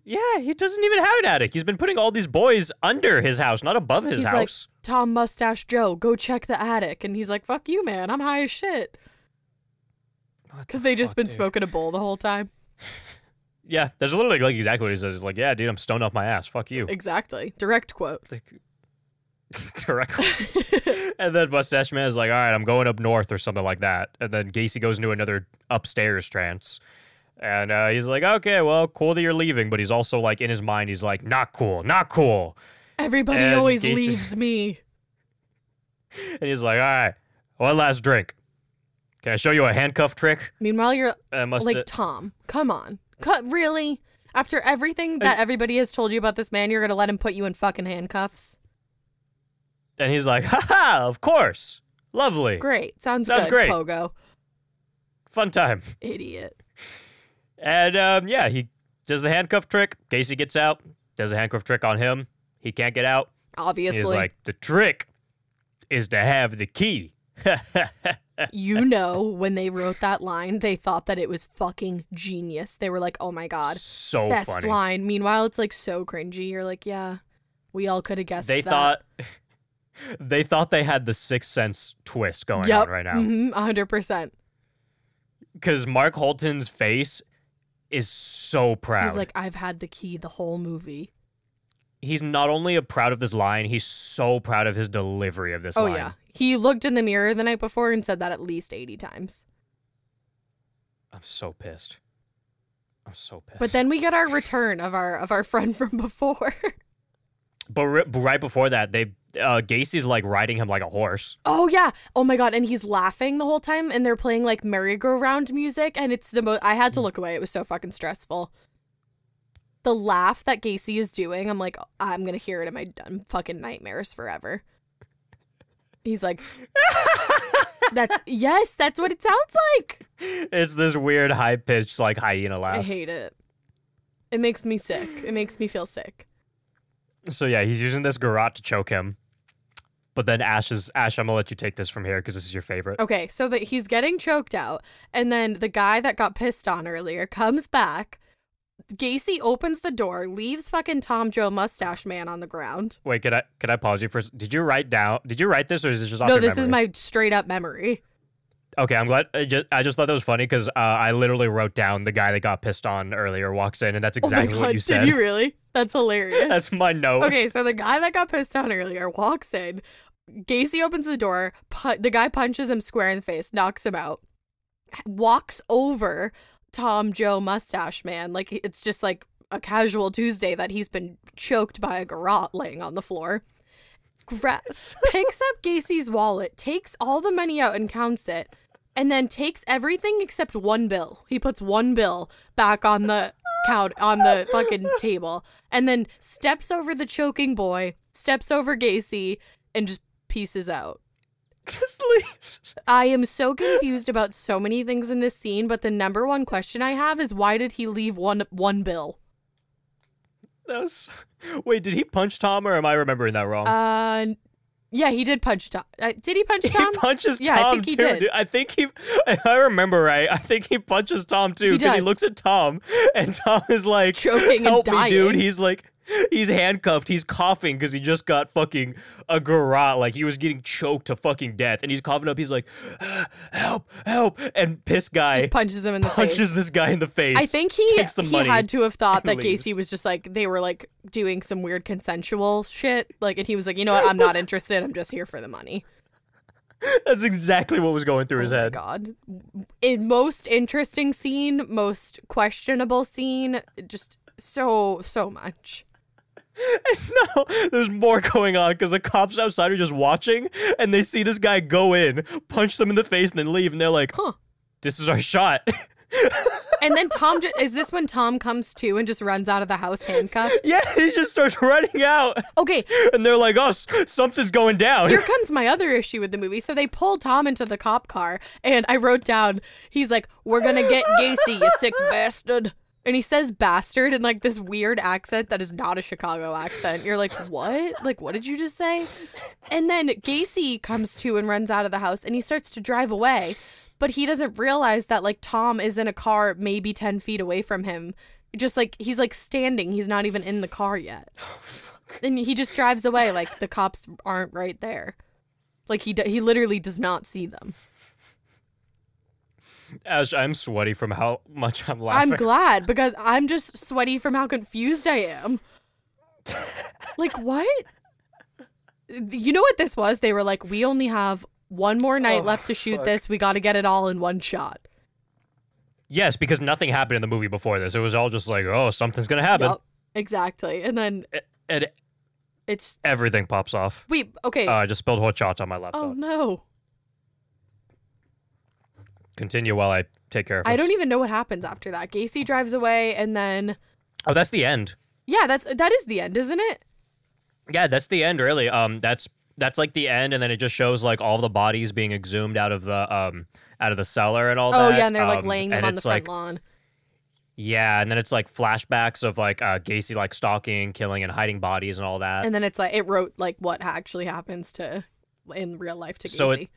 A: Yeah, he doesn't even have an attic. He's been putting all these boys under his house, not above his
D: he's like,
A: house.
D: Tom Mustache Joe, go check the attic. And he's like, fuck you, man. I'm high as shit. Because they just been smoking a bowl the whole time.
A: yeah, there's literally like exactly what he says. He's like, yeah, dude, I'm stoned off my ass. Fuck you.
D: Exactly. Direct quote.
A: Like, Directly. and then Mustache Man is like, all right, I'm going up north or something like that. And then Gacy goes into another upstairs trance. And uh, he's like, okay, well, cool that you're leaving. But he's also like, in his mind, he's like, not cool, not cool.
D: Everybody
A: And
D: always
A: Gacy-
D: leaves me.
A: And he's like, all right, one last drink. Can I show you a handcuff trick?
D: Meanwhile, you're
A: Uh, must
D: like, Tom, come on. Cut, really? After everything that everybody has told you about this man, you're gonna let him put you in fucking handcuffs.
A: And he's like, ha ha, of course. Lovely.
D: Great. Sounds,
A: Sounds
D: good,
A: great.
D: Pogo.
A: Fun time.
D: Idiot.
A: And um, yeah, he does the handcuff trick. Gacy gets out, does a handcuff trick on him. He can't get out.
D: Obviously.
A: He's like, the trick is to have the key.
D: you know, when they wrote that line, they thought that it was fucking genius. They were like, oh my God,
A: So
D: best
A: funny.
D: line. Meanwhile, it's like so cringy. You're like, yeah, we all could have guessed
A: They
D: that.
A: thought they thought they had the sixth sense twist going
D: yep,
A: on right now.
D: hmm 100%.
A: Because Mark Holton's face is so proud.
D: He's like, I've had the key the whole movie.
A: he's not only proud of this line, he's so proud of his delivery of this
D: oh,
A: line.
D: yeah. He looked in the mirror the night before and said that at least 80 times.
A: I'm so pissed. I'm so pissed.
D: But then we get our return of our of our friend from before.
A: but, ri- but right before that, they uh, Gacy's like riding him like a horse.
D: Oh yeah. Oh my god, and he's laughing the whole time and they're playing like merry-go-round music and it's the most I had to look away. It was so fucking stressful. The laugh that Gacy is doing, I'm like I'm going to hear it in my dumb fucking nightmares forever. He's like That's yes, that's what it sounds like.
A: It's this weird high pitched like hyena
D: I
A: laugh.
D: hate it. It makes me sick. It makes me feel sick.
A: So yeah, he's using this garrote to choke him. But then Ash is Ash. I'm gonna let you take this from here because this is your favorite.
D: Okay, so that he's getting choked out, and then the guy that got pissed on earlier comes back. Gacy opens the door, leaves fucking Tom Joe Mustache Man on the ground.
A: Wait, can I can I pause you for? a s- Did you write down? Did you write this or is this just off
D: no,
A: your
D: this is
A: memory?
D: my straight up memory.
A: Okay, I'm glad. I just, I just thought that was funny because uh, I literally wrote down the guy that got pissed on earlier walks in, and that's exactly
D: oh my god,
A: what you said.
D: did you really? That's hilarious.
A: That's my note.
D: Okay, so the guy that got pissed on earlier walks in. Gacy opens the door. Pu- the guy punches him square in the face, knocks him out, walks over Tom Joe Mustache Man. Like it's just like a casual Tuesday that he's been choked by a garrote laying on the floor. Gra- picks up Gacy's wallet, takes all the money out and counts it, and then takes everything except one bill. He puts one bill back on the count on the fucking table, and then steps over the choking boy, steps over Gacy, and just pieces out.
A: Just leaves.
D: I am so confused about so many things in this scene, but the number one question I have is why did he leave one one bill?
A: That was. Wait, did he punch Tom, or am I remembering that wrong?
D: Uh, yeah, he did punch Tom. Uh, did he punch Tom?
A: He punches
D: yeah,
A: Tom
D: I think he
A: too.
D: did.
A: dude. I think he. If I remember right, I think he punches Tom too
D: He
A: because he,
D: does.
A: looks at Tom and Tom is like
D: Choking and
A: Help me,
D: dying."
A: dude. He's like. He's handcuffed. He's coughing because he just got fucking a garrote. Like he was getting choked to fucking death, and he's coughing up. He's like, "Help! Help!" And piss guy
D: punches him in the face.
A: punches this guy in the face.
D: I think he
A: takes the
D: he
A: money.
D: had to have thought that
A: and leaves.
D: Gacy was just like they were like doing some weird consensual shit, like, and he was like, you know what, I'm not interested. I'm just here for the money.
A: That's exactly what was going through his
D: Oh my
A: head.
D: God, in most interesting scene, most questionable scene, just so so much.
A: No, there's more going on because the cops outside are just watching and they see this guy go in, punch them in the face, and then leave. And they're like,
D: Huh.
A: this is our shot.
D: And then Tom ju- is this when Tom comes to and just runs out of the house handcuffed.
A: yeah, he just starts running out.
D: Okay,
A: And they're like, oh, s- something's going down.
D: here comes my other issue with the movie. So they pull Tom into the cop car, and I wrote down, he's like, We're gonna get Gacy, you sick bastard. And he says bastard in like this weird accent that is not a Chicago accent. You're like, what? Like, what did you just say? And then Gacy comes to and runs out of the house and he starts to drive away. But he doesn't realize that like Tom is in a car maybe 10 feet away from him. Just like he's like standing, he's not even in the car yet. And he just drives away like the cops aren't right there. Like he d- he literally does not see them.
A: Ash, I'm sweaty from how much I'm laughing.
D: I'm glad because I'm just sweaty from how confused I am. like what? You know what this was? They were like, "We only have one more night left to shoot this. We got to get it all in one shot."
A: yes, because nothing happened in the movie before this. It was all just like, oh, something's going to happen.
D: Yup, exactly. And then
A: And
D: it's
A: everything pops off.
D: wait, okay.
A: Uh, I just spilled hot chocolate on my laptop.
D: oh no,
A: Continue while I take care of it.
D: e I don't even know what happens after that. Gacy drives away, and then
A: Oh, that's the end.
D: Yeah, that's that is the end, isn't it?
A: Yeah, that's the end. Really. Um, that's that's like the end, and then it just shows like all the bodies being exhumed out of the um out of the cellar and all
D: Oh
A: that.
D: yeah, and they're like
A: um,
D: laying them
A: and
D: on the
A: it's,
D: front
A: like,
D: lawn.
A: Yeah, and then it's like flashbacks of like uh, Gacy like stalking, killing, and hiding bodies and all that.
D: And then it's like it wrote like what actually happens to in real life to Gacy.
A: So it-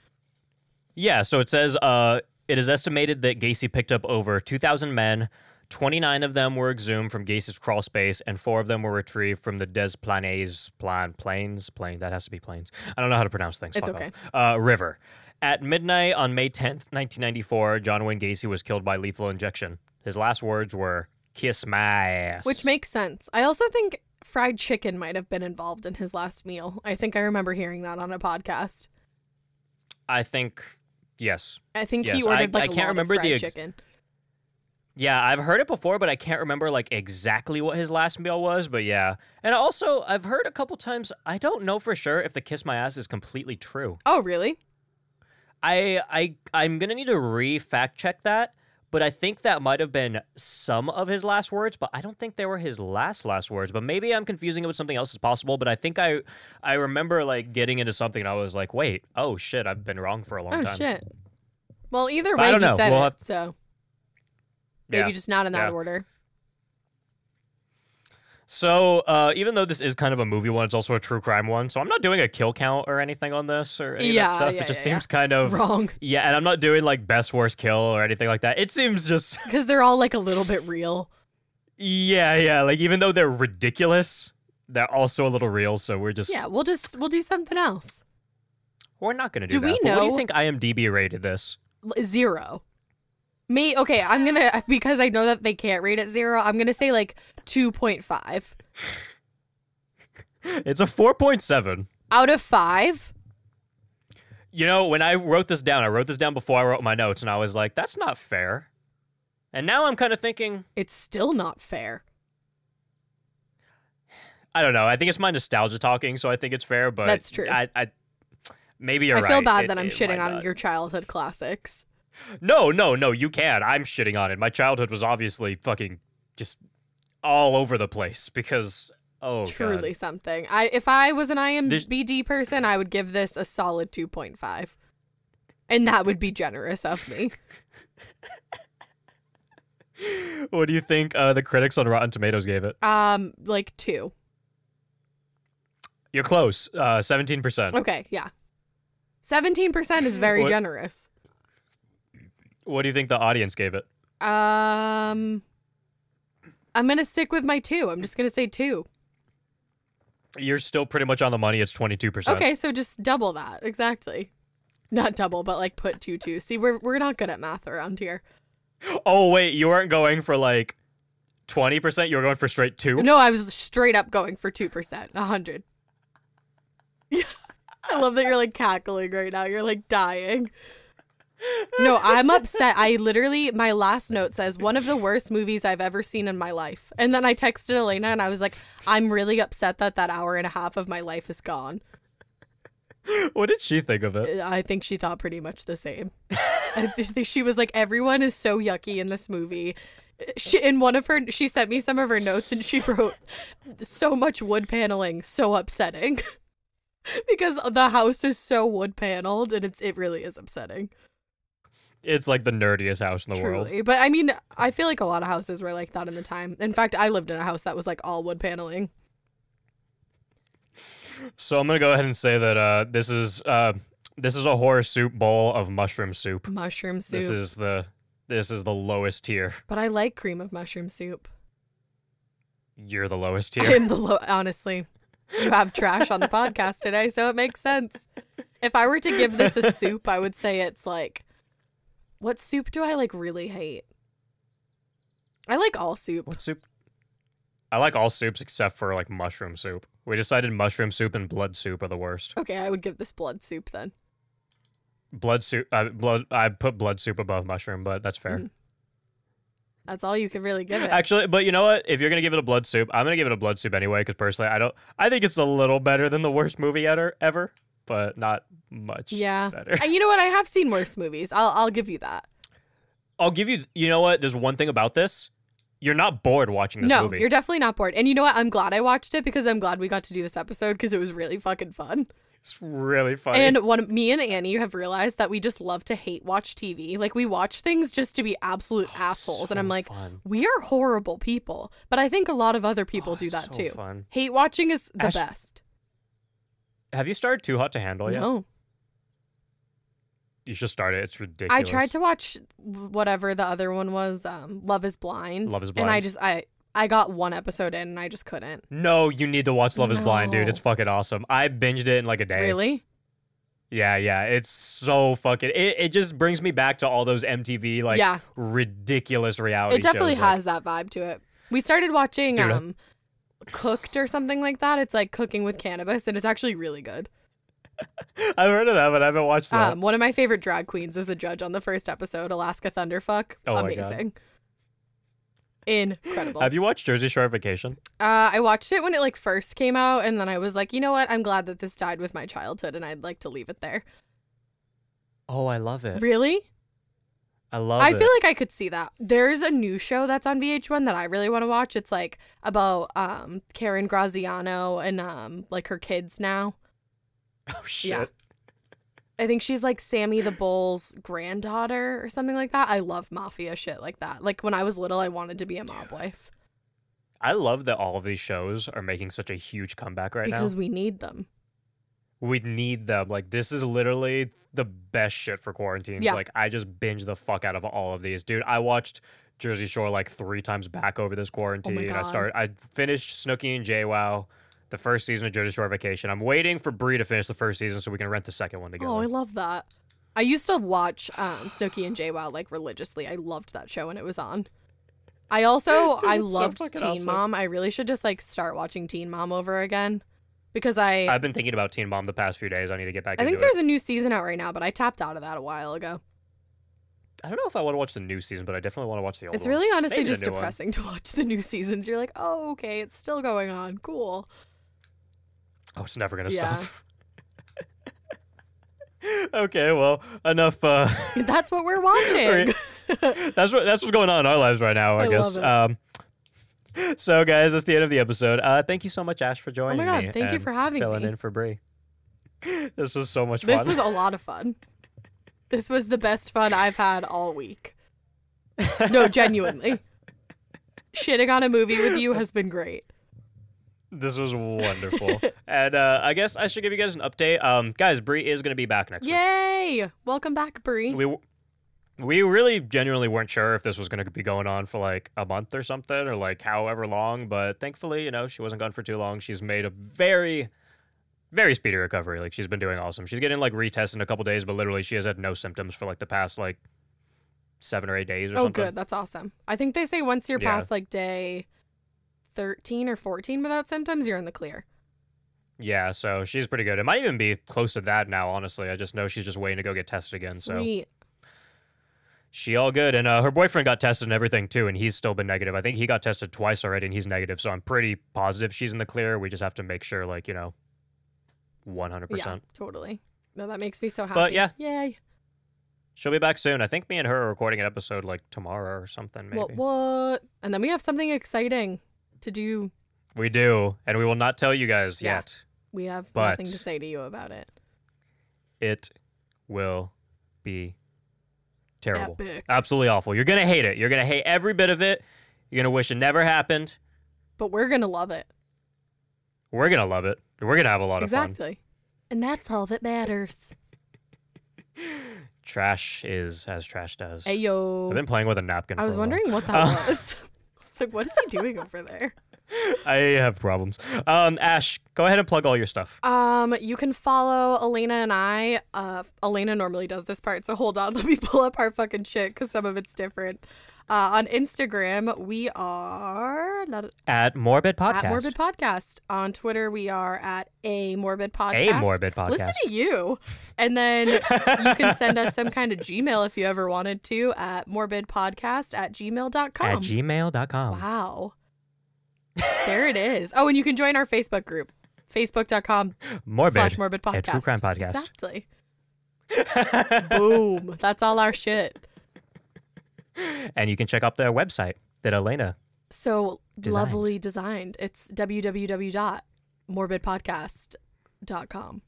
A: yeah, so it says uh, it is estimated that Gacy picked up over 2,000 men. 29 of them were exhumed from Gacy's crawl space, and four of them were retrieved from the Des Plaines, plan, plains, plain. That has to be plains. I don't know how to pronounce things.
D: It's
A: Fuck
D: okay.
A: off. Uh, river. At midnight on May 10th, 1994, John Wayne Gacy was killed by lethal injection. His last words were, kiss my ass.
D: Which makes sense. I also think fried chicken might have been involved in his last meal. I think I remember hearing that on a podcast.
A: I think, yes.
D: I think he
A: Yes, I-
D: ordered like
A: I
D: a
A: can't
D: lot of
A: remember the
D: fried
A: ex-
D: chicken.
A: Yeah, I've heard it before, but I can't remember like exactly what his last meal was. But yeah, and also I've heard a couple times. I don't know for sure if the kiss my ass is completely true.
D: Oh, really?
A: I I I'm gonna need to re fact check that. But I think that might have been some of his last words, but I don't think they were his last last words. But maybe I'm confusing it with something else as possible. But I think I I remember like getting into something and I was like, wait, oh shit, I've been wrong for a long
D: Oh
A: time.
D: shit. Well, either
A: But I
D: way,
A: don't
D: he
A: know.
D: said
A: We'll
D: it.
A: have-
D: So
A: Yeah.
D: maybe just not in that
A: Yeah.
D: order.
A: So, uh, even though this is kind of a movie one, it's also a true crime one. So, I'm not doing a kill count or anything on this or any of
D: Yeah,
A: that stuff.
D: yeah,
A: it just
D: yeah,
A: seems kind of
D: Wrong,
A: Yeah, and I'm not doing like best worst kill or anything like that. It seems just
D: because they're all like a little bit real.
A: yeah, yeah. Like even though they're ridiculous, they're also a little real. So we're just
D: Yeah, we'll just we'll do something else.
A: we're not gonna do, that.
D: Do we
A: But what do you
D: know-
A: think IMDb rated this?
D: L- Zero. Me okay. I'm gonna because I know that they can't rate it zero. I'm gonna say like two point five
A: It's a 4.7.
D: out of five.
A: You know, when I wrote this down, I wrote this down before I wrote my notes, and I was like, that's not fair. And now I'm kind of thinking,
D: It's still not fair.
A: I don't know. I think it's my nostalgia talking, so I think it's fair. But
D: That's true.
A: I, I maybe you're
D: I
A: right.
D: feel bad
A: It-
D: that I'm
A: it
D: shitting
A: might
D: on
A: not.
D: your childhood classics.
A: No, no, no. You can. I'm shitting on it. My childhood was obviously fucking just all over the place because oh, God.
D: Truly something. I if I was an
A: There's-
D: IMBD person, I would give this a solid 2.5. And that would be generous of me.
A: What do you think uh, the critics on Rotten Tomatoes gave it?
D: Um like 2.
A: You're close. uh, Seventeen percent.
D: Okay, yeah. 17% is very
A: What-
D: generous.
A: What do you think the audience gave it?
D: Um I'm going to stick with my 2. I'm just going to say 2.
A: You're still pretty much on the money. It's twenty two percent.
D: Okay, so just double that. Exactly. Not double, but like put 2 2. See, we're we're not good at math around here.
A: Oh wait, you weren't going for like twenty percent. You were going for straight two.
D: No, I was straight up going for two percent, a hundred. I love that you're like cackling right now. You're like dying. No, I'm upset. I literally, my last note says one of the worst movies I've ever seen in my life. And then I texted Elena and I was like, I'm really upset that that hour and a half of my life is gone.
A: What did she think of it?
D: I think she thought pretty much the same. I think she was like, everyone is so yucky in this movie. She, in one of her, she sent me some of her notes and she wrote, so much wood paneling, so upsetting. because the house is so wood paneled and it's, it really is upsetting.
A: It's like the nerdiest house in the world.
D: Truly. But I mean, I feel like a lot of houses were like that in the time. In fact, I lived in a house that was like all wood paneling.
A: So I'm gonna go ahead and say that uh, this is uh, this is a horror soup bowl of mushroom soup.
D: Mushroom soup.
A: This is the this is the lowest tier.
D: but I like cream of mushroom soup.
A: You're the lowest
D: I
A: tier.
D: am the low. Honestly, you have trash on the podcast today, so it makes sense. If I were to give this a soup, I would say it's like, what soup do I like really hate? I like all soup.
A: what soup? I like all soups except for like mushroom soup. We decided mushroom soup and blood soup are the worst.
D: Okay, I would give this blood soup then.
A: Blood soup. I blood. I put blood soup above mushroom, but that's fair.
D: Mm, That's all you could really give it.
A: Actually, but you know what? If you're gonna give it a blood soup, I'm gonna give it a blood soup anyway. Because personally, I don't. I think it's a little better than the worst movie ever, ever, but not much.
D: yeah,
A: Better.
D: and you know what? I have seen worse movies. I'll I'll give you that.
A: I'll give you. You know what? There's one thing about this. you're not bored watching this
D: no,
A: movie.
D: you're definitely not bored. And you know what? I'm glad I watched it because I'm glad we got to do this episode because it was really fucking fun.
A: it's really funny.
D: And one, me and Annie have realized that we just love to hate watch TV. Like we watch things just to be absolute assholes. and I'm like,
A: Oh, fun. Oh,
D: we are horrible people. But I think a lot of other people do that
A: so
D: too.
A: fun.
D: Hate watching is the
A: Ash- Oh,
D: best.
A: Have you started Too Hot to Handle yet?
D: No,
A: You should start it. It's ridiculous.
D: I tried to watch whatever the other one was. Um, Love is Blind.
A: Love is
D: And I
A: Blind.
D: just I I got one episode in and I just couldn't.
A: No, you need to watch Love is Blind, dude.
D: No.
A: It's fucking awesome. I binged it in like a day.
D: Really?
A: Yeah, yeah. It's so fucking. It, it just brings me back to all those MTV like
D: Yeah.
A: ridiculous reality.
D: It definitely
A: shows. like-
D: has that vibe to it. We started watching
A: Dude, I-
D: um, Cooked or something like that. It's like cooking with cannabis and it's actually really good.
A: I've heard of that, but I haven't watched that.
D: Um, one of my favorite drag queens is a judge on the first episode, Alaska Thunderfuck.
A: Oh my God.
D: Amazing. Incredible.
A: Have you watched Jersey Shore Vacation?
D: uh, I watched it when it like first came out, and then I was like, you know what? I'm glad that this died with my childhood, and I'd like to leave it there.
A: Oh, I love it.
D: Really?
A: I love
D: I
A: it.
D: feel like I could see that. There's a new show that's on VH1 that I really want to watch. It's like about um, Karen Graziano and um, like her kids now.
A: oh shit.
D: yeah. I think she's like Sammy the Bull's granddaughter or something like that. I love mafia shit like that. Like when I was little, I wanted to be a mob wife
A: I love that all of these shows are making such a huge comeback right
D: because
A: now.
D: we need them.
A: We need them. Like this is literally the best shit for quarantines.
D: Yeah.
A: Like I just binge the fuck out of all of these, dude. I watched Jersey Shore like three times back over this quarantine. I
D: Oh God.
A: start. I finished Snooki and JWoww, the first season of Jersey Shore Vacation. I'm waiting for Bree to finish the first season so we can rent the second one together.
D: Oh, I love that. I used to watch um, Snooki and JWoww like religiously. I loved that show when it was on. I also I
A: it's so
D: loved
A: fucking
D: Teen
A: awesome.
D: Mom. I really should just like start watching Teen Mom over again because I I,
A: I've been thinking about Teen Mom the past few days. I need to get back into
D: think
A: it.
D: there's a new season out right now, but I tapped out of that a while ago.
A: I don't know if I want to watch the new season, but I definitely want to watch the old.
D: It's really
A: ones.
D: honestly
A: Maybe the
D: just
A: new one.
D: depressing to watch the new seasons. You're like, oh, okay, it's still going on. Cool.
A: Oh, it's never gonna
D: Yeah.
A: stop. okay, well, enough. Uh,
D: That's what we're watching.
A: that's what that's what's going on in our lives right now. I,
D: I
A: guess.
D: love
A: Um, so, guys, that's the end of the episode. Uh, thank you so much, Ash, for joining
D: Oh God,
A: me.
D: thank you
A: and
D: for having
A: filling
D: me.
A: in for Brie. This was so much
D: This
A: fun.
D: was a lot of fun. This was the best fun I've had all week. No, genuinely. Shitting on a movie with you has been great.
A: this was wonderful. and uh, I guess I should give you guys an update. Um, guys, Brie is gonna be back next
D: Yay! Welcome back, Brie.
A: week. We. We really genuinely weren't sure if this was going to be going on for like a month or something or like however long, but thankfully, you know, she wasn't gone for too long. She's made a very, very speedy recovery. Like she's been doing awesome. She's getting like retests in a couple days, but literally she has had no symptoms for like the past like seven or eight days or
D: oh,
A: something.
D: good. That's awesome. I think they say once you're
A: Yeah.
D: past like day 13 or 14 without symptoms, you're in the clear.
A: Yeah, so she's pretty good. It might even be close to that now, honestly. I just know she's just waiting to go get tested again. So
D: Sweet.
A: she all good. And uh, her boyfriend got tested and everything too, and he's still been negative. I think he got tested twice already and he's negative. So I'm pretty positive she's in the clear. We just have to make sure, like, you know, 100%.
D: Yeah, totally. No, that makes me so happy.
A: But,
D: Yay.
A: She'll be back soon. I think me and her are recording an episode like tomorrow or something, maybe.
D: What, what? And then we have something exciting to do.
A: We do. And we will not tell you guys
D: Yeah.
A: yet.
D: We have
A: But-
D: nothing to say to you about it.
A: It will be terrible.
D: Epic.
A: Absolutely awful. You're going to hate it. You're going to hate every bit of it. You're going to wish it never happened.
D: But we're going to love it.
A: We're gonna love it. We're gonna have a lot of fun.
D: Exactly. And that's all that matters.
A: Trash is as trash does. I've
D: Ayo.
A: been playing with a napkin.
D: I
A: for
D: was
A: a while.
D: wondering what that was. I was like, what is he doing over there?
A: I have problems. Um, Ash, go ahead and plug all your stuff.
D: Um, you can follow Elena and I. Uh, Elena normally does this part, so hold on. Let me pull up our fucking shit because some of it's different. Uh, on Instagram, we are not
A: At Morbid Podcast.
D: at Morbid Podcast. On Twitter, we are at a Morbid Podcast.
A: A Morbid
D: Listen
A: Podcast.
D: to you. And then you can send us some kind of Gmail if you ever wanted to at morbidpodcast at gmail.com.
A: At gmail.com.
D: wow. there it is. Oh, and you can join our Facebook group, facebook.com
A: Morbid.
D: slash morbid
A: a
D: podcast.
A: true crime podcast.
D: Exactly. Boom. That's all our shit.
A: And you can check out their website that Elena
D: So
A: Designed.
D: lovely designed. It's www.morbidpodcast.com.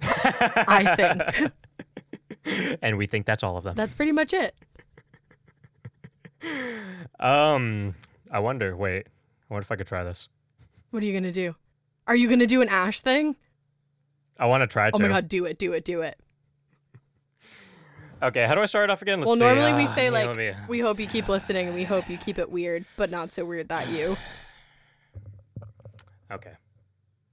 D: I think
A: and we think that's all of them.
D: that's pretty much it.
A: Um, I wonder. Wait, I wonder if I could try this.
D: What are you going to do? Are you going to do an ash thing?
A: I want to try
D: Oh
A: to.
D: my god, do it, do it, do it.
A: Okay, how do I start it off again? Let's
D: well,
A: see.
D: normally we
A: Ah,
D: say
A: yeah,
D: like
A: let me-
D: we hope you keep listening and we hope you keep it weird, but not so weird that you.
A: Okay.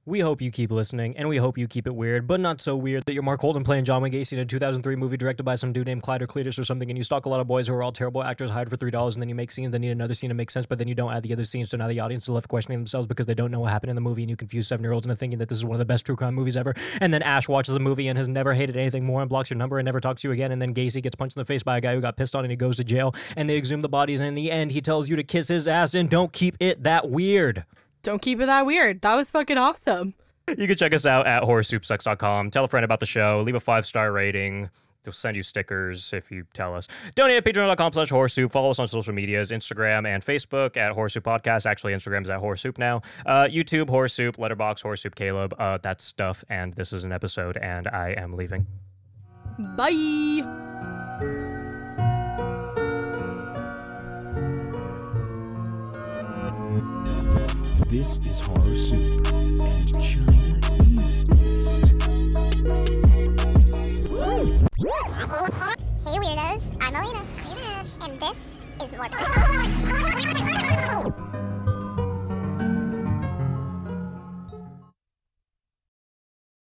A: We hope you keep listening, and we hope you keep it weird, but not so weird that you're Mark Holden playing John Wayne Gacy in a 2003 movie directed by some dude named Clyde or Cletus or something, and you stalk a lot of boys who are all terrible actors hired for three dollars, and then you make scenes that need another scene to make sense, but then you don't add the other scenes, so now the audience is left questioning themselves because they don't know what happened in the movie, and you confuse seven year olds into thinking that this is one of the best true crime movies ever. And then Ash watches a movie and has never hated anything more and blocks your number and never talks to you again. And then Gacy gets punched in the face by a guy who got pissed on and he goes to jail, and they exhume the bodies, and in the end, he tells you to kiss his ass and don't keep it that weird.
D: Don't keep it that weird. That was fucking awesome.
A: You can check us out at horrorsoupsucks.com. Tell a friend about the show. Leave a five star rating. They'll send you stickers if you tell us. Donate at patreon.com slash horrorsoup. Follow us on social medias, Instagram and Facebook at Horrorsoup Podcast. Actually, Instagram's at Horrorsoup now. Uh, YouTube, Horrorsoup, Letterbox, Horrorsoup Caleb. Uh, that's stuff. And this is an episode, and I am leaving.
D: Bye.
B: This is Horror Soup, and China is East.
C: Hey weirdos, I'm Elena Green Ash, and this is more.